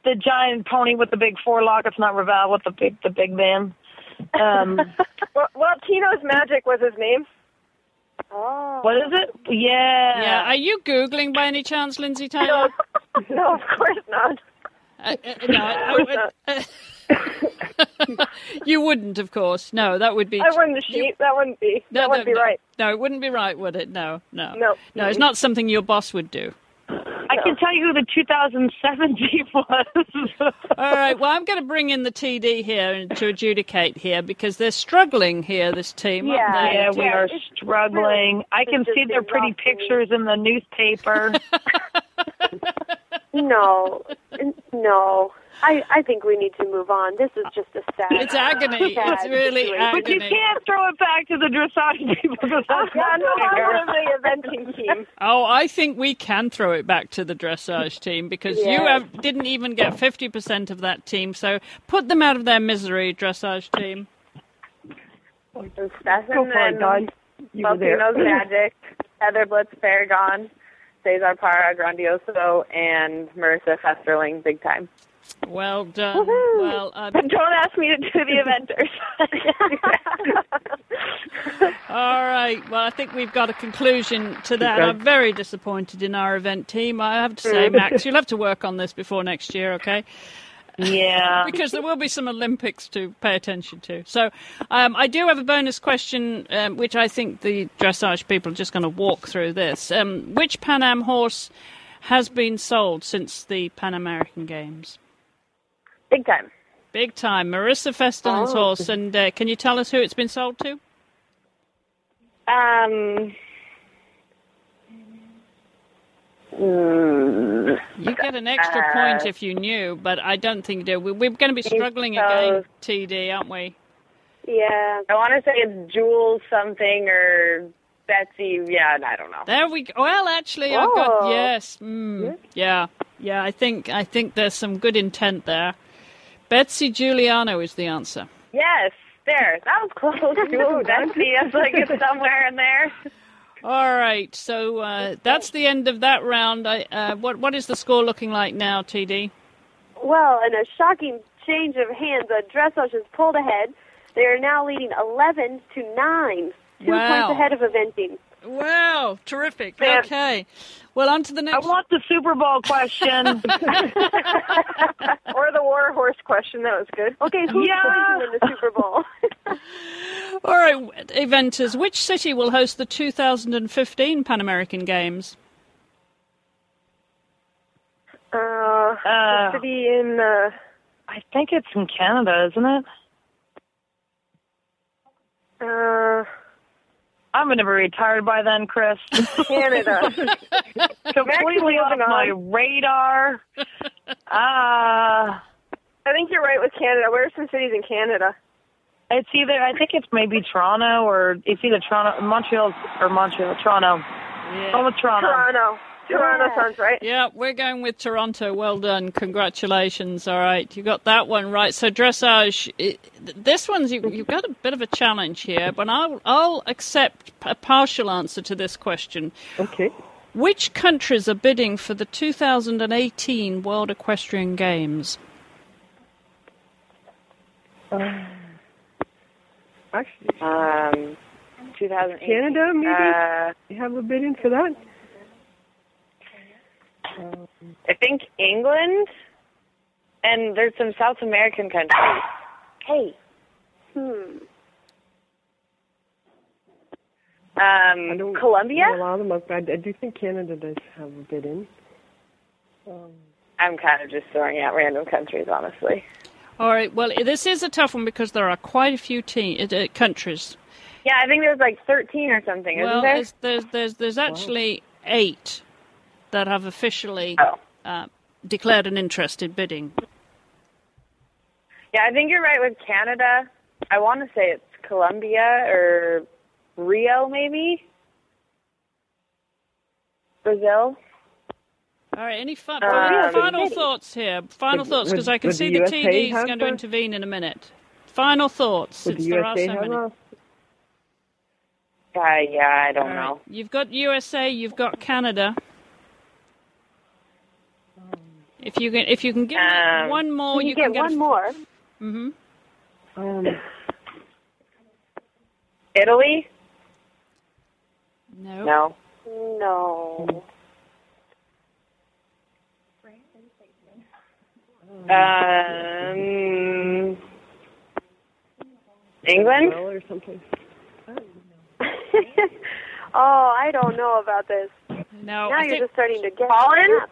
the giant pony with the big forelock. It's not Ravel with the big the big man. Um,
Well, well, Tino's Magic was his name. [laughs]
Oh.
what is it? Yeah.
Yeah, are you googling by any chance, Lindsay Taylor?
No, no, of course not.
Uh, uh, no, I- I would- [laughs] you wouldn't, of course. No, that would be.
I won the sheep. That wouldn't be.
No,
that wouldn't be right.
No, it wouldn't be right, would it? No, no,
No.
no. It's not something your boss would do.
I can tell you who the 2007 team [laughs] was.
All right. Well, I'm going to bring in the TD here and to adjudicate here because they're struggling here. This team, aren't they?
yeah, we
yeah,
are
it's
struggling. I can
just
see their
been
pretty
rough for me.
pictures in the newspaper.
No, N- no. I I think we need to move on. This is just a sad.
It's agony.
sad
It's really
situation.
[laughs] but you
agony.
can't throw it back to the dressage people [laughs] because that's
Not
not fair.
the
[laughs]
eventing team.
Oh, I think we can throw it back to the dressage team because you have, didn't even get 50% of that team. So put them out of their misery, dressage team.
Go for it, Oh, Don. You were there.
Buffino's [laughs] Magic, Heather Blitz Paragon, Cesar Para Grandioso, and Marissa Festerling Big Time.
Well done. Well, uh,
[laughs] Don't ask me to do the Avengers.
All right. Well, I think we've got a conclusion to that.
Okay.
I'm very disappointed in our event team. I have to say, Max, you'll have to work on this before next year, okay?
Yeah.
Because there will be some Olympics to pay attention to. So um, I do have a bonus question, um, which I think the dressage people are just going to walk through this. Um, which Pan Am horse has been sold since the Pan American Games?
[laughs] Big Time.
Big time. Marissa Feston's horse. And uh, can you tell us who it's been sold to?
Um, mm,
You get an extra point if you knew, but I don't think you do. We- We're going to be struggling again, TD, aren't we?
Yeah.
I want to say it's Jewel something or Betsy. Yeah, I don't know.
There we go. Well, actually, I've got
Oh.
Whoa.
yes. Mm, yeah, yeah. I think I think there's some good intent there. Betsy Giuliano is the answer.
Yes, there. That was [laughs] close. Jewel, Betsy. That's like it's somewhere in there.
All right, so uh, that's the end of that round. I, uh, what what is the score looking like now, TD?
Well, in a shocking change of hands, a dressage is pulled ahead. They are now leading 11 to 9, two
Wow.
points ahead of Aventing.
Wow, terrific.
Man.
Okay, well on to the
I
next.
want the Super Bowl question.
Or the war horse question. That was good.
Okay, who's
Yeah.
going to win the Super Bowl?
All right, eventers. Which city will host the 2015 Pan American Games?
[laughs] Uh,
Uh,
the city in uh,
I think it's in Canada, isn't it?
uh,
I'm going to be retired by then, Chris.
Canada.
Completely
Max,
off
moving on.
my radar. Ah,
I think you're right with Canada. Where are some cities in Canada?
it's either I think it's maybe Toronto or it's either Toronto, Montreal or Montreal, Toronto. Oh,
Yeah.
with Toronto.
Toronto. Toronto
Yeah.
sounds right.
Yeah, we're going with Toronto. Well done. Congratulations. All right, you got that one right. So dressage. It, this one's you, you've got a bit of a challenge here, but I'll I'll accept a partial answer to this question.
[laughs] Okay.
Which countries are bidding for the 2018 World Equestrian Games?
Actually,
Um, 2008.
Canada, maybe?
Uh,
you have a bid in for that?
I think England, and there's some South American countries. Hey.
hmm.
I
Um,
don't
Colombia.
Allow them up. I, I do think Canada does have a bid in. Um,
I'm kind of just throwing out random countries, honestly.
All right. Well, this is a tough one because there are quite a few te- uh, countries.
Yeah, I think there's like 13 or something,
Well,
isn't there?
there's, there's there's there's actually eight that have officially
Oh.
uh, declared an interest in bidding.
Yeah, I think you're right with Canada. I want to say it's Colombia or Rio, maybe. Brazil.
All right. Any fi-
Um,
final thoughts here? Final
Would-
thoughts because I can
would
see the
the USA
TD is
have
going to
that?
intervene in a minute. Final thoughts.
would the
Since there are
USA
so
have
many.
a?
Uh, yeah, I don't
All
know.
right. You've got USA. You've got Canada. If you can, if you can get
Um,
one more,
you,
Oh, you
get,
can get
one more.
hmm
Um,
Italy?
No.
No.
[laughs]
No. [laughs]
Um, England?
Well, or someplace.
oh, I don't know about this.
No.
now
Oh, I
you're
think,
just starting to get
Holland?
me up.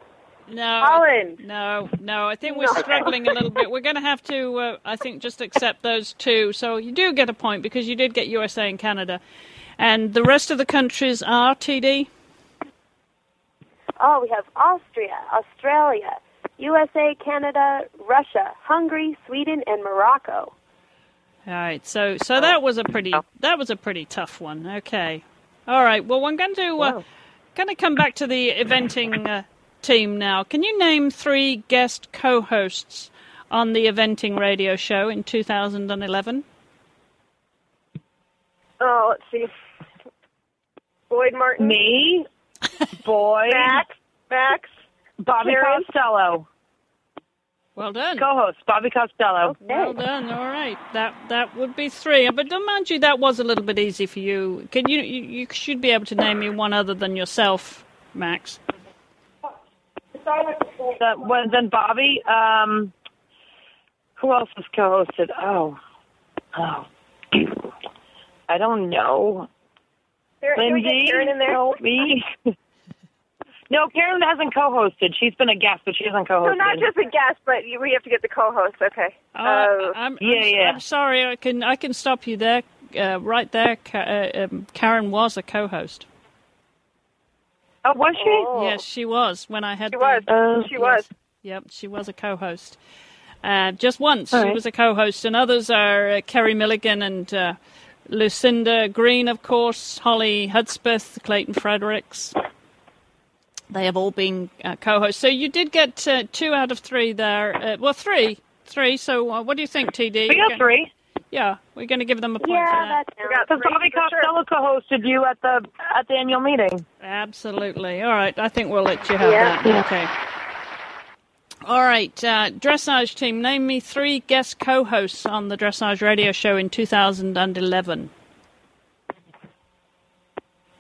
no. I-
Holland.
No, no, I think we're struggling a little bit. We're going to have to, uh, I think, just accept those two. So you do get a point because you did get USA and Canada. And the rest of the countries are TD.
Oh, we have Austria, Australia, USA, Canada, Russia, Hungary, Sweden, and Morocco.
All right, so so that was a pretty that was a pretty tough one. Okay, all right. Well, I'm going to uh, going to come back to the eventing uh, team now. Can you name three guest co-hosts on the eventing radio show in 2011?
Oh, let's see. Boyd Martin.
Me, boy,
Max. Max.
Bobby
Karen.
Costello,
Well done.
co-host Bobby Costello.
Well done. All right, that that would be three. But don't mind you, that was a little bit easy for you. Can you you, you should be able to name me one other than yourself, Max? Oh,
That was then Bobby. Um, who else was co-hosted? Oh, oh, [clears throat] I don't know.
Karen- can we get
Lindsay,
Karen in there?
help me. [laughs] no, Karen hasn't co-hosted. She's been a guest, but she hasn't
So
co-hosted.
not just a guest, but you, we have to get the co-host. Okay.
Oh,
Uh,
I- I'm,
yeah,
I'm,
yeah.
I'm sorry. I can I can stop you there. Uh, right there, Ka- uh, um, Karen was a co-host.
Oh, was she?
Yes, she was when I had. the-
She was.
Uh,
she was.
Yep, she was a co-host. Uh, just once
All
she
right.
was a co-host, and others are uh, Kerry Milligan and uh, Lucinda Green, of course, Holly Hudspeth, Clayton Fredericks. They have all been uh, co-hosts. So you did get uh, two out of three there. Uh, well, three, three. So uh, what do you think, TD?
We got three.
Yeah, we're going to give them a point for that.
Yeah, that sounds
got
So
three
Bobby
for sure.
Costello co-hosted you at the at the annual meeting.
Absolutely. All right. I think we'll let you have
Yeah.
that. Okay. All right. Uh, dressage team, name me three guest co hosts on the Dressage Radio Show in 2011.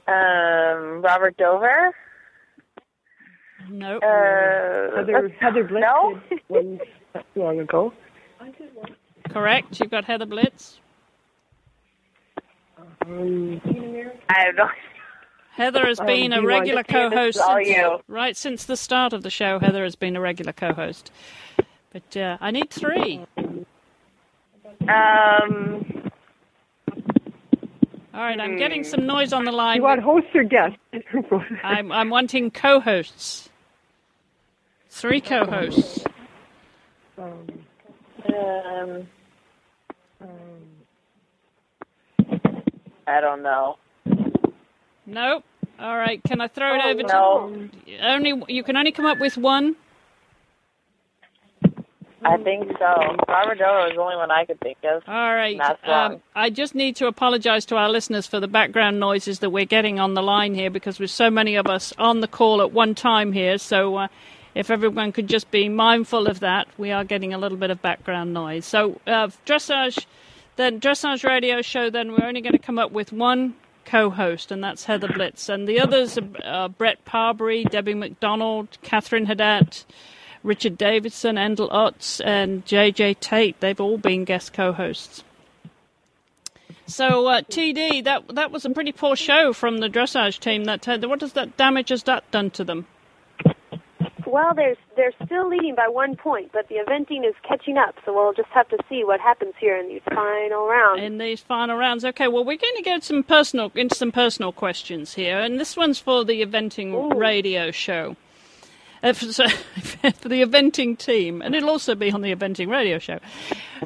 Um, Robert Dover.
Nope.
Uh,
Heather, Heather Bliss
No.
did one not too long ago.
Correct. You've got Heather Blitz.
Um,
[laughs]
I don't know.
Heather has been
do
a
you want
regular
to
co host.
all you.
Right since the start of the show, Heather has been a regular co host. But uh, I need three.
Um,
All right.
hmm.
I'm getting some noise on the
you
line.
want hosts or [laughs] guests?
I'm I'm wanting co-hosts. Three co-hosts.
um, I don't know.
Nope. All right. Can I throw it over
No,
to only you can only come up with one.
I think so. Robert Dover was the only one I could think of.
All right. um,
That's wrong.
I just need to apologize to our listeners for the background noises that we're getting on the line here because there's so many of us on the call at one time here. So uh, if everyone could just be mindful of that, we are getting a little bit of background noise. So uh, dressage, then dressage radio show. Then we're only going to come up with one co-host, and that's Heather Blitz, and the others are uh, Brett Parbury, Debbie McDonald, Catherine Haddad. Richard Davidson, Endel Otts, and JJ Tate. They've all been guest co-hosts. So uh, TD, that that was a pretty poor show from the dressage team. That had- what does that damage has that done to them?
Well, there's they're still leading by one point, but the eventing is catching up. So we'll just have to see what happens here in these final rounds.
in these final rounds. Okay, well, we're going to go some personal into some personal questions here, and this one's for the eventing radio show. Uh, [laughs] for, so- for the eventing team, and it'll also be on the eventing radio show.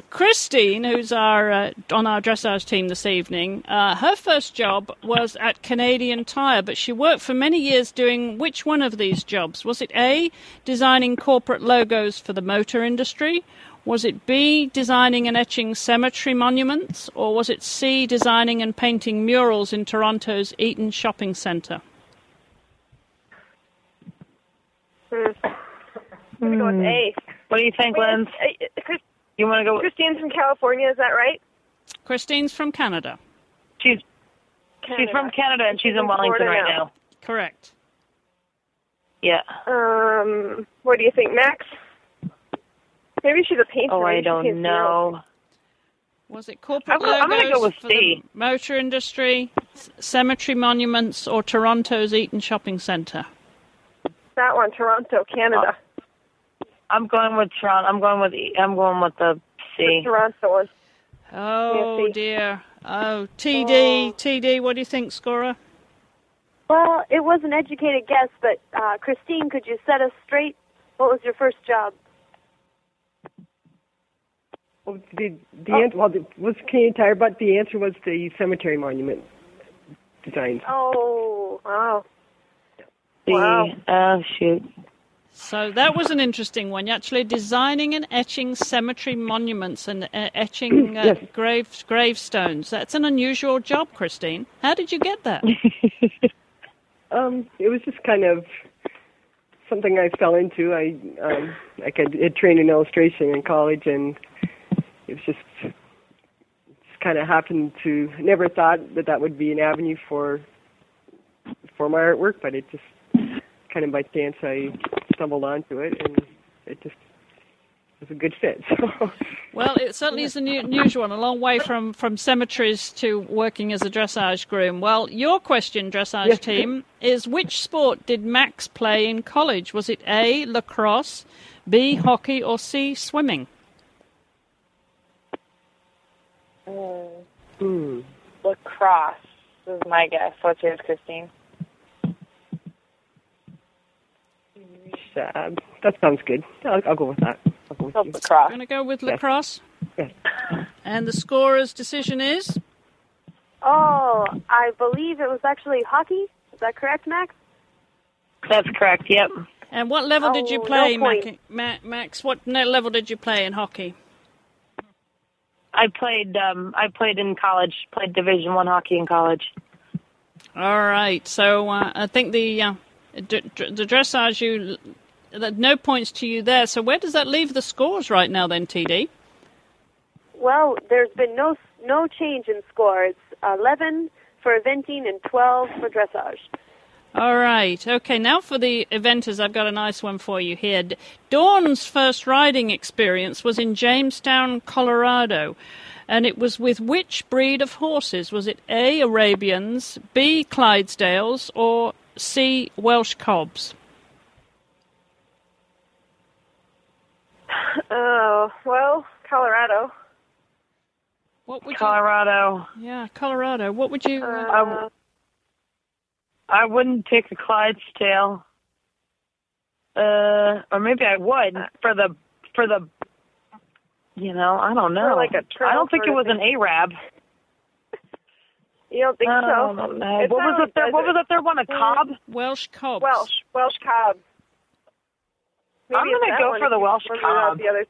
Christine, who's our uh, on our dressage team this evening, uh, her first job was at Canadian Tire, but she worked for many years doing which one of these jobs? Was it A, designing corporate logos for the motor industry? Was it B, designing and etching cemetery monuments? Or was it C, designing and painting murals in Toronto's Eaton Shopping Centre?
I'm gonna go with A.
What do you think, Lynn?
Wait, uh, Chris-
You want to go? with-
Christine's from California, is that right?
Christine's from Canada.
She's she's from Canada and she's in Wellington
Florida
right
now.
now.
Correct.
Yeah.
Um, what do you think, Max? Maybe she's a painter.
Oh, I
Maybe she paints
don't
murals.
know.
Was it corporate
I'm gonna- I'm
logos
gonna go with
for
C.
the motor industry, c- cemetery monuments, or Toronto's Eaton Shopping Centre?
That one, Toronto, Canada.
I'm going with Toronto. I'm going with E- I'm going with the
The
C.
Toronto one.
Oh,
Yes, C.
dear. Oh, TD, TD, what do you think, Scorer?
Well, it was an educated guess, but uh, Christine, could you set us straight? What was your first job?
Well, the the answer well, it was Canadian Tire, but the answer was the cemetery monument design.
Oh, wow.
C.
Wow.
Oh shoot.
So that was an interesting one. Actually, designing and etching cemetery monuments and uh, etching
[clears throat]
uh,
Yes.
graves, gravestones. That's an unusual job, Christine. How did you get that?
Um, it was just kind of something I fell into. I um, like I did train in illustration in college, and it was just just kind of happened to. I Never thought that that would be an avenue for for my artwork, but it just kind of by chance I stumbled onto it, and it just was a good fit. [laughs] So
Well, it certainly is a new, unusual one, a long way from, from cemeteries to working as a dressage groom. Well, your question, dressage
Yes.
team, is which sport did Max play in college? Was it A, lacrosse, B, hockey, or C, swimming?
Lacrosse is my guess. What's yours, Christine?
Um, that sounds good. I'll, I'll go with that. I'll go with you.
I'm going to go with lacrosse.
Yes.
And the scorer's decision is
Oh, I believe it was actually hockey. Is that correct, Max?
That's correct. Yep.
And what level did you
Oh, no
play,
point.
Mac- Ma- Max? What ne- level did you play in hockey?
I played. Um, I played in college. Played Division One hockey in college.
All right. So uh, I think the uh, d- d- the dressage you that no points to you there. So where does that leave the scores right now then, TD?
Well, there's been no no change in scores. Eleven for eventing and twelve for dressage.
All right. Okay. Now for the eventers, I've got a nice one for you here. D- Dawn's first riding experience was in Jamestown, Colorado, and it was with which breed of horses? Was it A. Arabians, B. Clydesdales, or C. Welsh cobs?
[laughs] Oh, well, Colorado.
What would
Colorado.
you? Yeah, Colorado. What would you?
Uh,
I w- I wouldn't pick a Clydesdale. Uh, or maybe I would for the for the. You know, I don't know.
Or like a turtle
I don't think it
sort
was
of
an Arab.
You don't think
I
so?
don't know.
It
Oh, What was
sounds-
the third? What was the third one? A cob?
Welsh cobs.
Welsh, Welsh cob.
I'm
Maybe it's
gonna
that
go
one
for
if
the
you
Welsh
remember about
cob.
The other.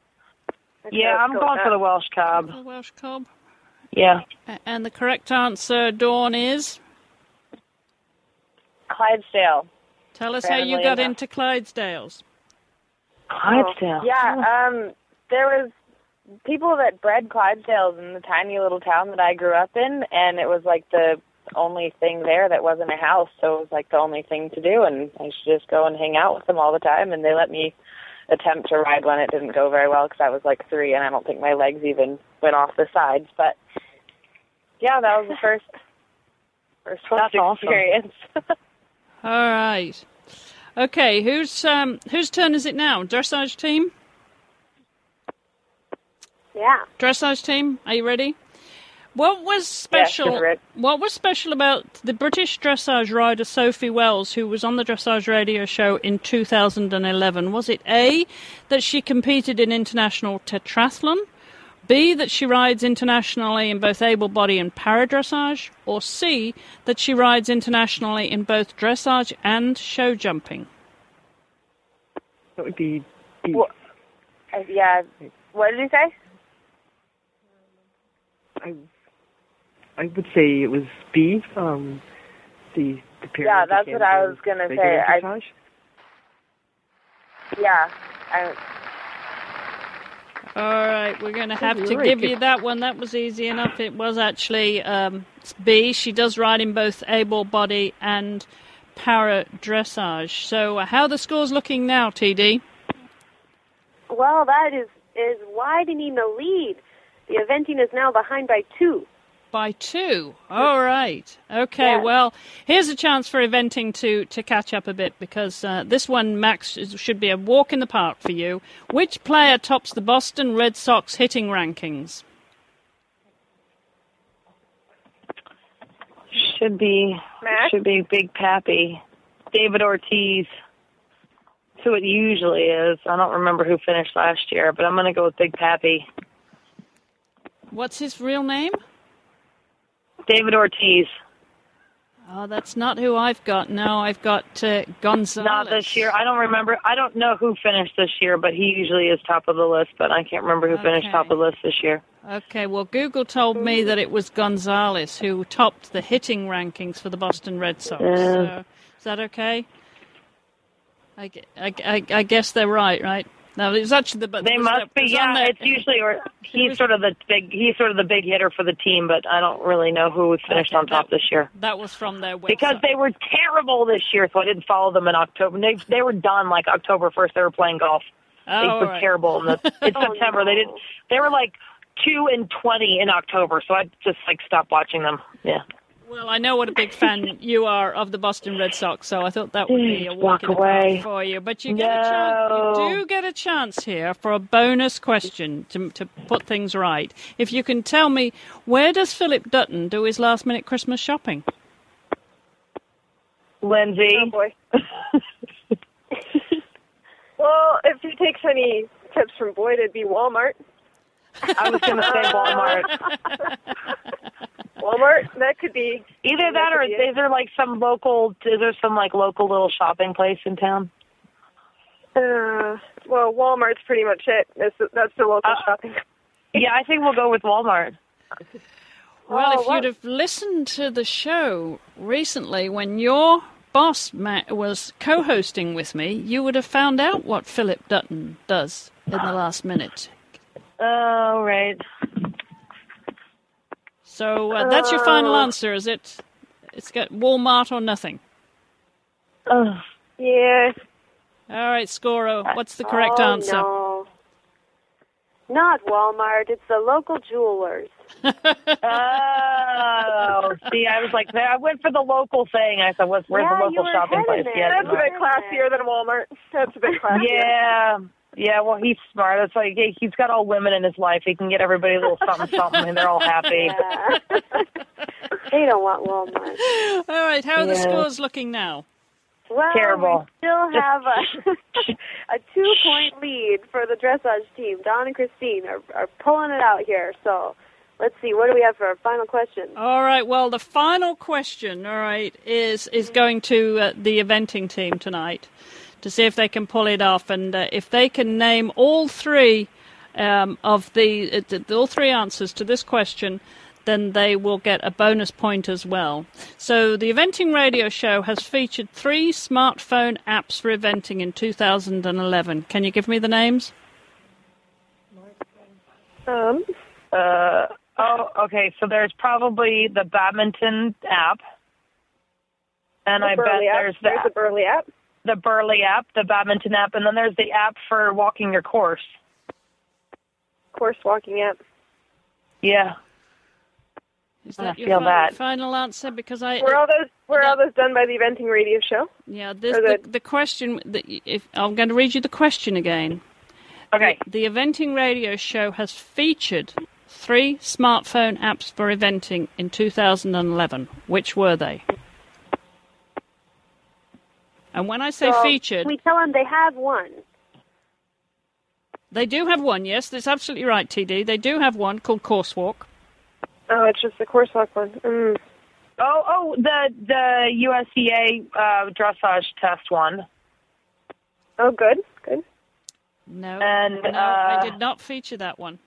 Okay,
Yeah,
let's
I'm
go
going
with
for
that.
the Welsh cob.
A Welsh cob.
Yeah.
A- And the correct answer, Dawn, is.
Clydesdale.
Tell us how you
Randomly
got
enough.
into Clydesdales.
Clydesdale. Oh.
Yeah, um, there was people that bred Clydesdales in the tiny little town that I grew up in, and it was like the only thing there that wasn't a house, so it was like the only thing to do, and I should just go and hang out with them all the time, and they let me attempt to ride one. It didn't go very well because I was like three, and I don't think my legs even went off the sides, but yeah, that was the first. First horse
That's awesome.
experience. [laughs]
All right. Okay, whose um, whose turn is it now? Dressage team.
Yeah.
Dressage team. Are you ready? What was special?
sure, Rick.
what was special about the British dressage rider Sophie Wells, who was on the dressage radio show in 2011? Was it A, that she competed in international tetraathlon, B, that she rides internationally in both able body and para dressage, or C, that she rides internationally in both dressage and show jumping?
That would be. be
Well- Uh, yeah. What did you say?
I, I would say it was B. Um, the the pair.
Yeah, that's what I was gonna say. I- Yeah. I,
All right, we're going to have to
right.
give you that one. That was easy enough. It was actually um, B. She does ride in both able body and para dressage. So, uh, how are the scores looking now, TD?
Well, that is is widening the lead. The eventing is now behind by two.
By two. All right. Okay.
Yes.
Well, here's a chance for eventing to to catch up a bit because uh, this one, Max, is, should be a walk in the park for you. Which player tops the Boston Red Sox hitting rankings?
Should be
Max?
should be Big Pappy. David Ortiz. That's who it usually is. I don't remember who finished last year, but I'm gonna go with Big Pappy.
What's his real name?
David Ortiz.
Oh, that's not who I've got. No, I've got uh, Gonzalez.
Not this year. I don't remember. I don't know who finished this year, but he usually is top of the list. But I can't remember who finished
Okay.
top of the list this year.
Okay, well, Google told
Mm-hmm.
me that it was Gonzalez who topped the hitting rankings for the Boston Red Sox. So, is that okay? I, gue- I, I- I guess they're right, right? No, it was actually the. But
They
it was
must
the- it
be.
was on
Yeah,
the-
it's usually or he's sort of the big he's sort of the big hitter for the team, but I don't really know who finished
Okay,
on top
that-
this year.
That was from their website.
because they were terrible this year, so I didn't follow them in October. They they were done like October first. They were playing golf.
Oh,
they
all
were
right.
terrible in, the,
[laughs]
in September. They didn't. They were like two and twenty in October. So I just like stopped watching them. Yeah,
Well, I know what a big fan you are of the Boston Red Sox, so I thought that would be a
Please
walk,
walk
in the park
away.
for you. But you get a
No.
chance. You do get a chance here for a bonus question to, to put things right. If you can tell me, where does Philip Dutton do his last minute Christmas shopping?
Lindsay. [laughs]
Oh boy. Well, if he takes any tips from Boyd, it'd be Walmart.
I was going to say Walmart.
Walmart, that could be
Either that, or is there like some local? Is there some like local little shopping place in town?
Uh, well, Walmart's pretty much it. That's the, that's the
Uh,
local shopping.
Yeah, I think we'll go with Walmart.
Well,
Oh,
if
what-
you'd have listened to the show recently when your boss Matt, was co hosting with me, you would have found out what Philip Dutton does in the last minute.
Oh, right.
So uh, that's your final answer, is it? It's got Walmart or nothing.
Yeah.
All right, Scoro, what's the correct
oh,
answer?
No. Not Walmart. It's the local jewelers.
Oh, see, I was like, I went for the local thing. I said, "What's where's
Yeah,
the
you
local
were
shopping
ahead
place?"
of it.
Yeah,
That's a
Walmart.
bit classier than Walmart. That's a bit classier.
yeah, yeah. Well, he's smart. It's like he- he's got all women in his life. He can get everybody a little something, something, and they're
[laughs]
all happy.
Yeah. they don't want Walmart.
All right, how are the
Yeah.
scores looking now?
Well,
Terrible.
we still have
[laughs]
a, [laughs] a two-point lead for the dressage team. Don and Christine are, are pulling it out here. So let's see. What do we have for our final question?
All right, well, the final question, all right, is, is going to uh, the eventing team tonight to see if they can pull it off. And uh, if they can name all three um, of the, uh, th- all three answers to this question, then they will get a bonus point as well. So the Eventing Radio Show has featured three smartphone apps for eventing in 2011. Can you give me the names?
Um,
Uh, oh, okay. So there's probably the badminton app, and I bet
Burley app.
there's the
there's the Burley app.
the Burley app, the badminton app, and then there's the app for walking your course.
Course walking app.
Yeah.
Is
I
that your
feel
final,
that.
final answer? Because I
Were all those were all those done by the Eventing Radio Show?
Yeah, this,
Or
the,
the-
the question. The, if I'm going to read you the question again.
Okay.
The Eventing Radio Show has featured three smartphone apps for eventing in 2011. Which were they? And when I say
So
featured,
We tell them they have one.
they do have one. Yes, that's absolutely right, TD. They do have one called Coursewalk.
Oh, it's just the course walk one. Mm.
Oh, oh, the the USDA uh, dressage test one.
Oh, good, good.
No,
And,
no, I
uh,
did not feature that one.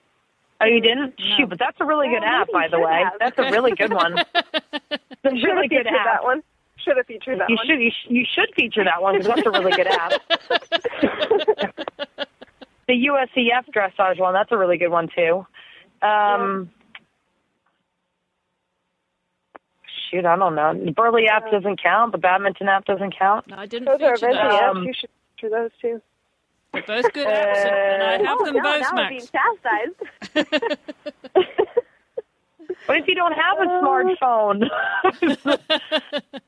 Oh, you didn't?
No.
Shoot, but that's a really good
Yeah,
app,
maybe
by
you
the
should
way.
have.
That's a really good one. It's a
Should
really
have
good
featured
app.
that one. Should have featured that
You
one.
should you, sh- you should feature that one because that's a really
[laughs]
good app. the USEF dressage one, that's a really good one too. Um, Shoot, I don't know. The Burley app doesn't count. The badminton app doesn't count.
No, I didn't
Those are
feature
Eventing
that.
Um,
apps. You should feature those too.
They're both good apps, and and I have
oh,
them
no,
both,
now we're being
Max.
chastised.
[laughs]
What if you don't have a smartphone?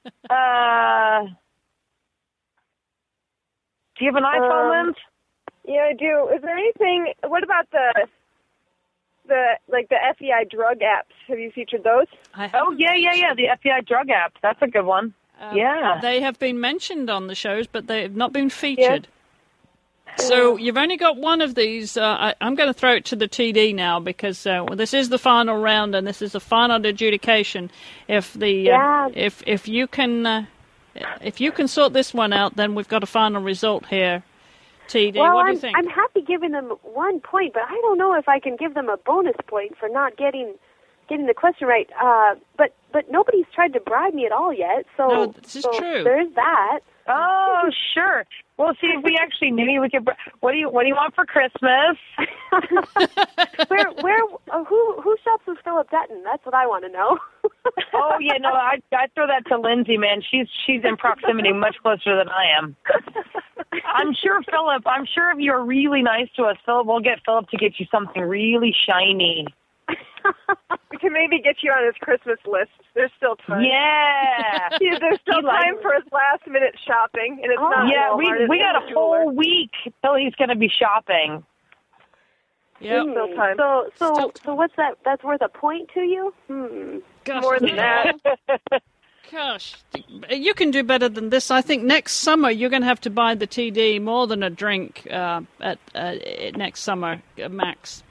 [laughs] uh, do you have an iPhone,
Um,
Lynn?
Yeah, I do. Is there anything? What about the the like the FEI drug apps? Have you featured those?
[laughs] I have
Oh yeah, yeah, yeah. The FBI drug app. That's a good one. yeah.
Um, They have been mentioned on the shows, but they have not been featured. So you've only got one of these. Uh, I, I'm going to throw it to the TD now because uh, well, this is the final round and this is the final adjudication. If the
Yeah.
uh, if if you can uh, if you can sort this one out, then we've got a final result here. TD,
well,
what
I'm,
do you think?
I'm happy giving them one point, but I don't know if I can give them a bonus point for not getting getting the question right. Uh, but but nobody's tried to bribe me at all yet, so
No, this is
so
true.
There's that.
Oh sure. Well, see if we actually knew we could. br- What do you What do you want for Christmas?
Where where uh, who who shops with Philip Dutton? That's what I want to know.
Oh yeah, no, I I throw that to Lindsay, man. She's she's in proximity, much closer than I am. I'm sure Philip. I'm sure if you're really nice to us, Philip, we'll get Philip to get you something really shiny.
We can maybe get you on his Christmas list. There's still time.
Yeah. [laughs]
Yeah, there's still
He likes-
time for his last minute shopping, and it's
Oh.
not.
Yeah,
Walmart,
we
it's
we
in
got
the
a
jeweler.
whole week till he's going to be shopping.
yeah,
Still time.
So so
Still
so what's that? That's worth a point to you? Hmm.
gosh,
More than that.
[laughs] Gosh, you can do better than this. I think next summer you're going to have to buy the TD more than a drink uh, at uh, next summer, uh, Max.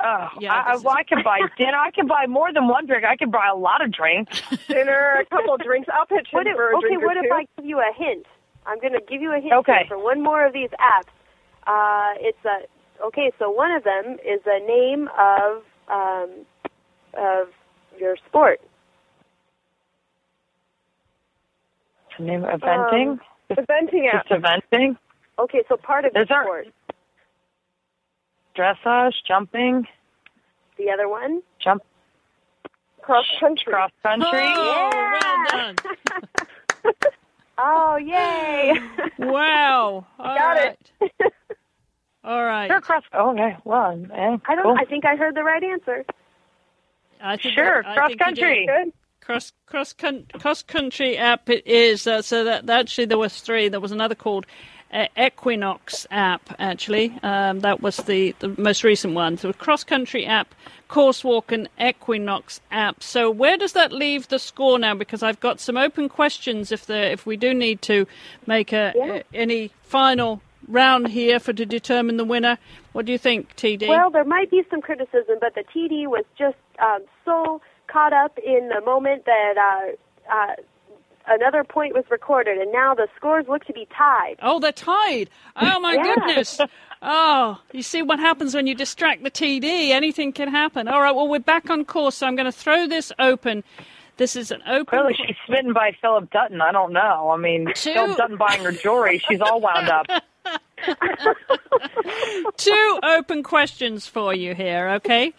Oh,
Yeah,
I, I,
this
well, I can [laughs] buy dinner. I can buy more than one drink. I can buy a lot of drinks.
Dinner, a
[laughs]
couple drinks. I'll pitch in
What if,
for a
okay,
drink or
what if
two.
I give you a hint? I'm going to give you a hint
Okay.
here for one more of these apps. Uh, it's a okay. So one of them is a name of um, of your sport.
The name of venting.
Um, The venting app.
Just eventing.
Okay, so part of your
Is there-
sport.
Dressage, jumping,
The other one.
jump
Cross country.
cross country.
Oh, well done.
Oh, yay!
Wow. All
[laughs] Got it.
right. All right.
Sure, cross. Oh, Okay, well, eh,
I don't.
cool.
I think I heard the right answer.
I think
Sure,
I
cross
think you did it.
country.
Good.
Cross cross con- cross country app it is. Uh, so that actually there was three. There was another called uh, Equinox app actually. Um, that was the, the most recent one. So cross country app, course walk, and Equinox app. So where does that leave the score now? Because I've got some open questions. If the if we do need to make a, a- any final round here for to determine the winner, what do you think, TD?
Well, there might be some criticism, but the TD was just um, so caught up in the moment that uh, uh, another point was recorded, and now the scores look to be tied.
Oh, they're tied. Oh my
Yeah.
goodness. Oh, you see what happens when you distract the TD? Anything can happen. All right. Well, we're back on course, so I'm going to throw this open. This is an open.
Clearly, she's smitten by Philip Dutton. I don't know. I mean,
Two-
Philip Dutton buying her jewelry. She's all wound up.
two open questions for you here, okay?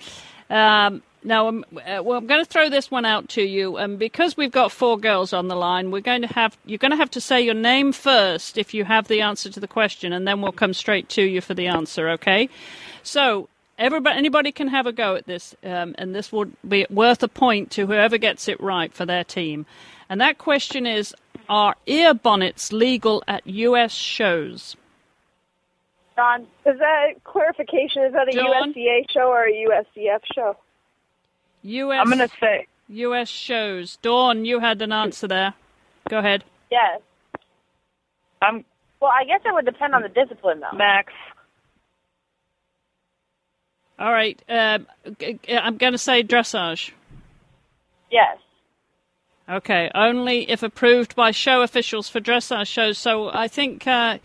Um, now, I'm, uh, well, I'm going to throw this one out to you, and because we've got four girls on the line, we're going to have you're going to have to say your name first if you have the answer to the question, and then we'll come straight to you for the answer, okay? So. Everybody, anybody can have a go at this, um, and this will be worth a point to whoever gets it right for their team. And that question is: Are ear bonnets legal at U.S. shows?
Don, is that clarification? Is that a
Dawn?
USDA show or a USDF show?
U.S.
I'm going to say
US shows. Dawn, you had an answer there. Go ahead.
Yes.
I'm
Well, I guess it would depend on the discipline, though.
Max.
All right. Um, g- g- I'm going to say dressage.
Yes.
Okay. Only if approved by show officials for dressage shows. So I think, uh,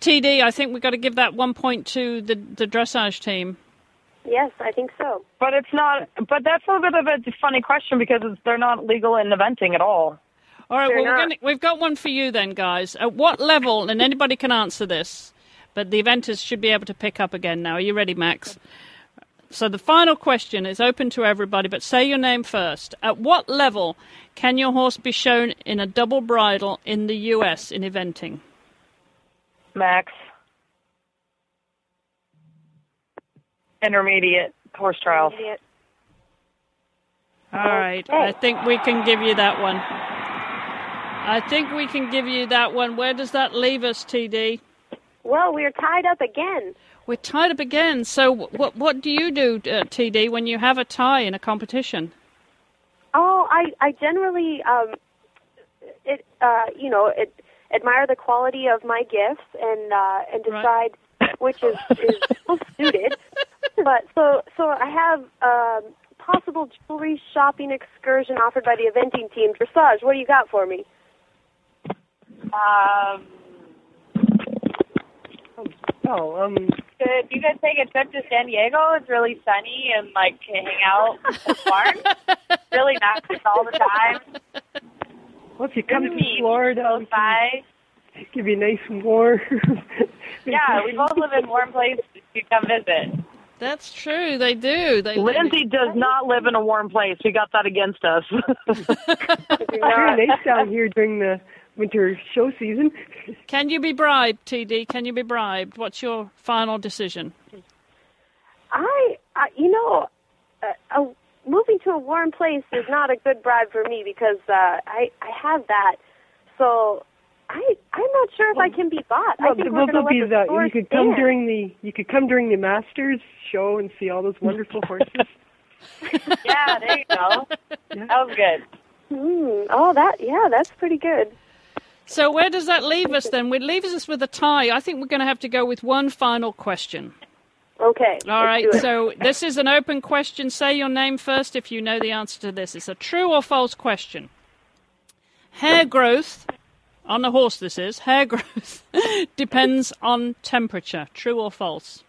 TD, I think we've got to give that one point to the, the dressage team.
Yes, I think so.
But it's not. But that's a little bit of a funny question because it's, they're not legal in eventing at all.
All right.
They're
well, we're
not.
gonna, we've got one for you then, guys. At what level, and anybody can answer this, but the eventers should be able to pick up again now. Are you ready, Max? So the final question is open to everybody, but say your name first. At what level can your horse be shown in a double bridle in the US in eventing?
Max. Intermediate horse trials.
Idiot.
All right. I think we can give you that one. I think we can give you that one. Where does that leave us, TD?
Well, we are tied up again.
We're tied up again. So, wh- what what do you do, uh, TD, when you have a tie in a competition?
Oh, I I generally um, it uh, you know it, admire the quality of my gifts and uh, and
Right.
decide which is is most suited. But so so I have um, possible jewelry shopping excursion offered by the eventing team. Dressage, what do you got for me?
Um,
Oh, um,
could you guys take a trip to San Diego? It's really sunny and like can hang out at the barn. really nice all the time.
well, if you come
Isn't
to
he
Florida,
Close by.
it'll give you a nice warm. [laughs]
Yeah, we both live in warm places. You come visit.
That's true. They do. They
Lindsay does not live in a warm place. We got that against us. [laughs]
It's very nice down here during the winter show
[laughs]
season.
Can you be bribed, TD? Can you be bribed? What's your final decision?
I, I you know, uh, uh, moving to a warm place is not a good bribe for me because uh, I I have that. So I I'm not sure if I can be bought. I
Well,
think
th-
we're
well,
going
there'll
to
be
let the
the,
scores
you could come
stand.
during the you could come during the Masters
[laughs]
show and see all those wonderful horses.
Yeah, there you go. That was good.
Mm, oh, that yeah, that's pretty good.
So where does that leave us then? It leaves us with a tie. I think we're going to have to go with one final question.
Okay.
All right.
let's do it.
So this is an open question. Say your name first if you know the answer to this. It's a true or false question. Hair growth on a horse. This is hair [laughs] growth depends on temperature. True or false?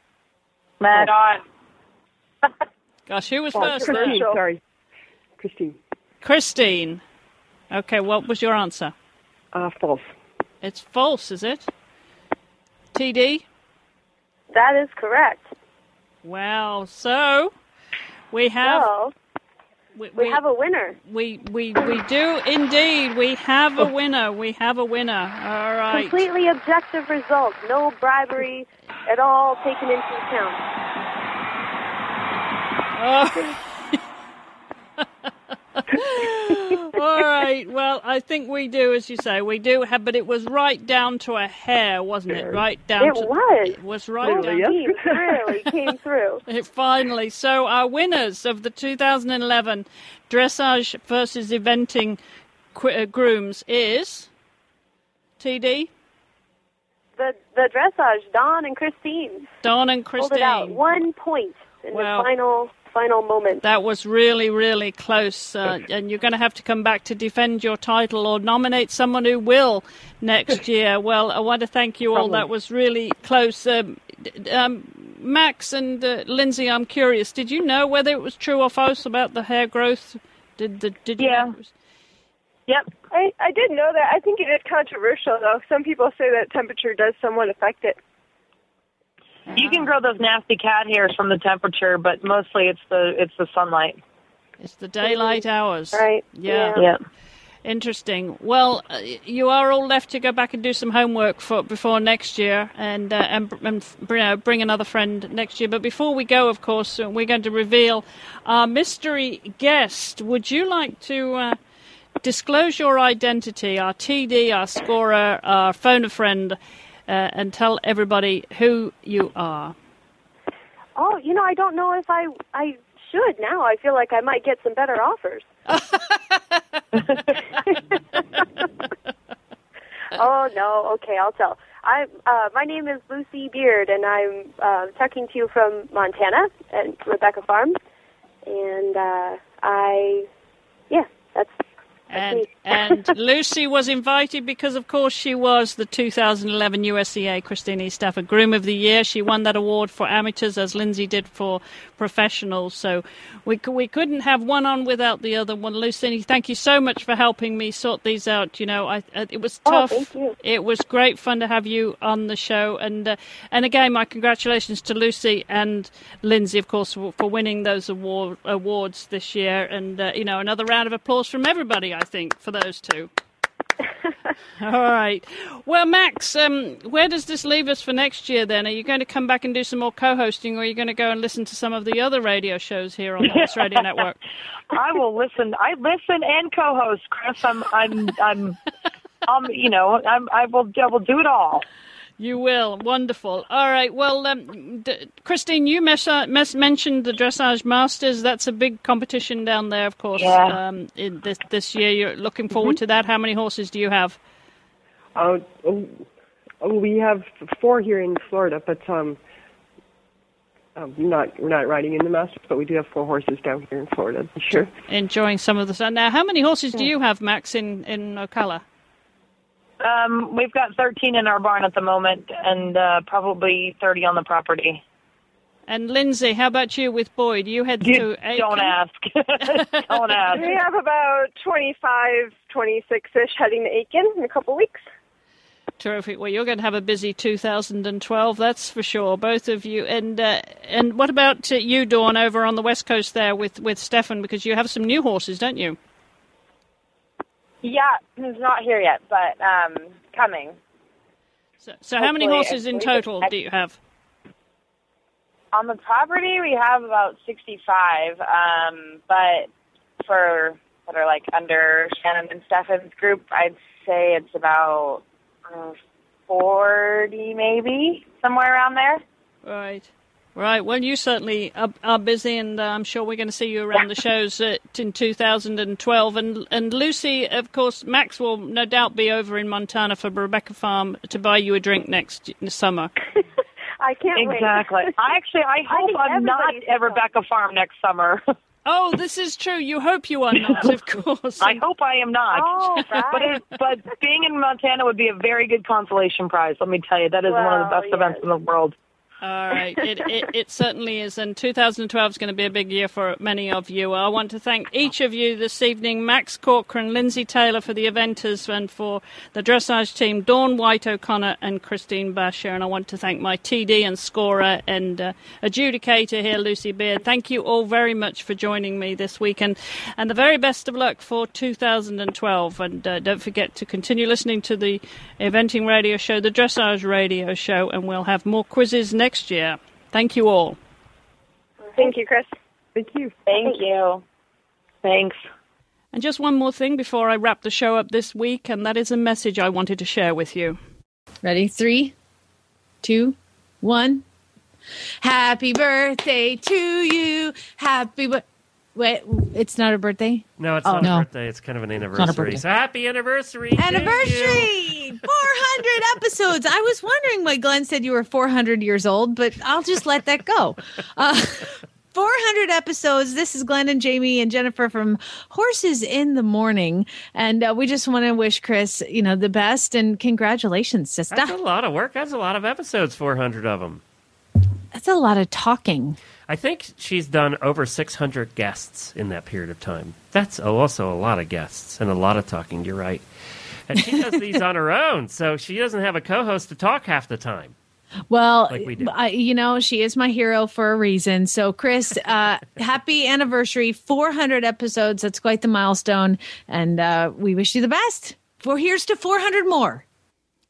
Mad on.
[laughs] Gosh, who was
Oh,
first?
Christine,
There?
sorry. Christine.
Christine. Okay. What was your answer?
Uh, false.
It's false, is it? TD.
That is correct.
Well, so we have
So
we,
we have a winner.
we, we we do indeed. We have a
Oh.
winner. We have a winner. All right.
Completely objective result. No bribery at all taken into account.
Oh. All right. Well, I think we do, as you say, we do have. But it was right down to a hair, wasn't it? Right down.
It
to,
was.
It was right down.
yeah.
Came through.
[laughs]
He came through.
It finally. So our winners of the 2011 dressage versus eventing qu- uh, grooms is TD
The the dressage, Don and Christine,
Dawn and
pulled it out.
Christine.
One point in
Wow.
the final final moment.
That was really, really close, uh, and you're going to have to come back to defend your title or nominate someone who will next year. Well, I want to thank you all. That was really close. Um, d- d- um, Max and uh, Lindsay, I'm curious. Did you know whether it was true or false about the hair growth? Did the did you
Yeah.
know it was-
Yep.
I, I did know that. I think it is controversial, though. Some people say that temperature does somewhat affect it.
You can grow those nasty cat hairs from the temperature, but mostly it's the it's the sunlight.
It's the daylight hours.
Right.
Yeah.
Yeah.
Yeah.
Interesting. Well, uh, you are all left to go back and do some homework for before next year, and uh, and, and br- you know, bring another friend next year. But before we go, of course, uh, we're going to reveal our mystery guest. Would you like to uh, disclose your identity, our TD, our scorer, our phone a friend, uh, and tell everybody who you are?
Oh, you know, I don't know if I I should now. I feel like I might get some better
[laughs]
offers. oh no. Okay, I'll tell. I uh, my name is Lucy Beard, and I'm uh, talking to you from Montana at Rebecca Farm, and uh, I yeah, that's
And
me.
and Lucy was invited because, of course, she was the 2011 USCA Christine E. Stafford Groom of the Year. She won that award for amateurs, as Lindsay did for professionals. So we cou- we couldn't have one on without the other one. Lucy, thank you so much for helping me sort these out. You know, I, I it was
Oh,
tough.
thank you.
It was great fun to have you on the show, and uh, and again, my congratulations to Lucy and Lindsay, of course, for, for winning those award, awards this year. And uh, you know, another round of applause from everybody, I think, for those
[laughs]
two. All right. Well, Max, um, where does this leave us for next year? Then, are you going to come back and do some more co-hosting, or are you going to go and listen to some of the other radio shows here on the Horse
[laughs]
Radio Network?
I will listen. I listen and co-host, Chris. I'm, I'm, I'm, um, you know, I'm, I will, I will do it all.
You will. Wonderful. All right. Well, um, d- Christine, you mes- uh, mes- mentioned the Dressage Masters. That's a big competition down there, of course,
Yeah. Mm-hmm.
um, in this, this year. You're looking forward to that. How many horses do you have?
Uh, oh, oh, we have four here in Florida, but um, um, not we're not riding in the Masters, but we do have four horses down here in Florida this year.
Enjoying some of the sun. Now, how many horses
Hmm.
do you have, Max, in, in Ocala?
Um, we've got 13 in our barn at the moment, and uh, probably 30 on the property.
And Lindsay, how about you with Boyd? You head to Aiken?
Don't ask. [laughs] Don't ask.
We have about 25, 26 ish heading to Aiken in a couple weeks.
Terrific. Well, you're going to have a busy 2012, that's for sure, both of you. And uh, and what about uh, you, Dawn, over on the west coast there with with Stefan? Because you have some new horses, don't you?
Yeah, he's not here yet, but um, coming.
So, so how many
Hopefully,
horses in
hopefully.
total do you have?
On the property, we have about 65, um, but for that are like under Shannon and Stefan's group, I'd say it's about uh, 40 maybe, somewhere around there.
Right. Right. Well, you certainly are, are busy, and uh, I'm sure we're going to see you around the shows uh, in 2012. And and Lucy, of course, Max will no doubt be over in Montana for Rebecca Farm to buy you a drink next summer.
I can't
Exactly.
wait.
I actually, I hope
think
I'm not
everybody's
at
wrong.
Rebecca Farm next summer. [laughs]
Oh, this is true. You hope you are not, of course.
I hope I am
[laughs]
not.
Oh,
But
right.
it, but being in Montana would be a very good consolation prize. Let me tell you, that is one of the
Well,
best
yes.
events in the world.
All right. It, it, it certainly is. And 2012 is going to be a big year for many of you. I want to thank each of you this evening Max Corcoran, Lindsay Taylor for the eventers and for the dressage team, Dawn White O'Connor and Christine Basher. And I want to thank my TD and scorer and uh, adjudicator here, Lucy Beard. Thank you all very much for joining me this weekend. And the very best of luck for 2012. And uh, don't forget to continue listening to the Eventing Radio Show, the Dressage Radio Show, and we'll have more quizzes next year. Thank you all.
Thank you, Chris.
Thank you.
Thank you.
Thanks.
And just one more thing before I wrap the show up this week, and that is a message I wanted to share with you.
Ready? Three, two, one. Happy birthday to you. Happy but wait, it's not a birthday.
No, it's
Oh,
not
no.
a birthday. It's kind of an anniversary.
not a birthday.
So happy anniversary! to you.
Anniversary! 400 episodes. I was wondering why Glenn said you were 400 years old, but I'll just let that go. Uh, [laughs] 400 episodes. This is Glenn and Jamie and Jennifer from Horses in the Morning. And uh, we just want to wish Chris, you know, the best and congratulations, sister.
That's a lot of work. That's a lot of episodes. Four hundred of them.
That's a lot of talking.
I think she's done over six hundred guests in that period of time. That's also a lot of guests and a lot of talking. You're right. And she does
[laughs]
these on her own, so she doesn't have a co-host to talk half the time.
Well,
Like we do.
I, you know, she is my hero for a reason. So, Chris,
[laughs]
uh, happy anniversary, 400 episodes. That's quite the milestone. And uh, we wish you the best. For here's to 400 more.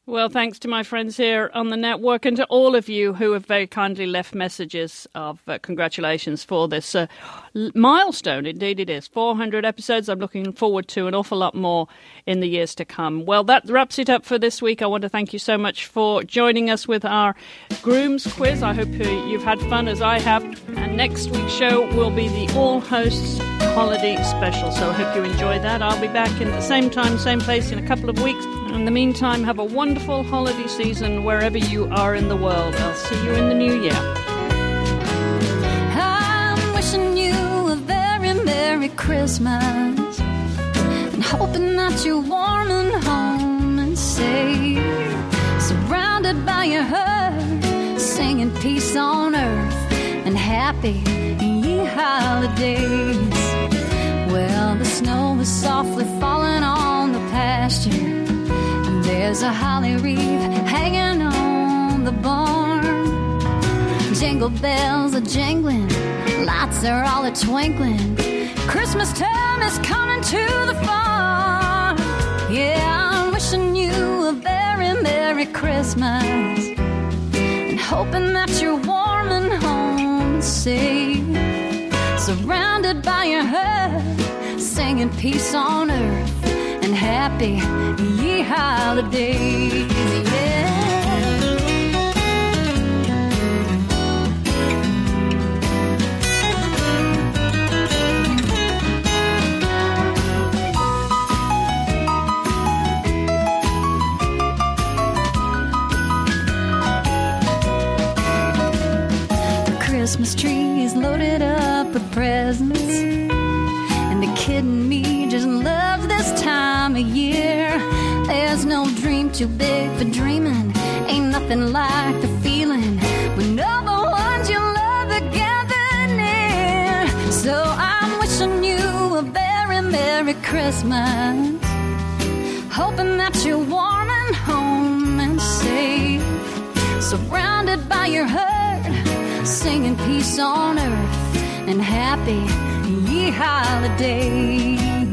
Well, thanks to my friends here on the network and to all of you who have very kindly left messages of uh, congratulations for this uh, l- milestone. Indeed, it is 400 episodes. I'm looking forward to an awful lot more in the years to come. Well, that wraps it up for this week. I want to thank you so much for joining us with our Grooms quiz. I hope uh, you've had fun as I have. And next week's show will be the All Hosts Holiday Special. So I hope you enjoy that. I'll be back in the same time, same place in a couple of weeks. In the meantime, have a wonderful holiday season wherever you are in the world. I'll see you in the new year.
I'm wishing you a very Merry Christmas and hoping that you're warm and home and safe, surrounded by your herd, singing peace on earth and happy ye holidays. Well, the snow is softly falling on the pasture, and there's a holly wreath hanging on the barn. Jingle bells are jingling, lights are all a twinkling. Christmas time is coming to the farm. Yeah, I'm wishing you a very Merry Christmas and hoping that you're warm and home and safe. Surrounded by your herd, singing peace on earth and happy ye holidays. Yeah. The Christmas tree is loaded up with presents. And the kid in me just loves this time of year. There's no dream too big for dreaming. Ain't nothing like the feeling when all the ones you love are gathered near. So I'm wishing you a very Merry Christmas. Hoping that you're warm and home and safe. Surrounded by your herd, singing peace on earth and happy ye holidays.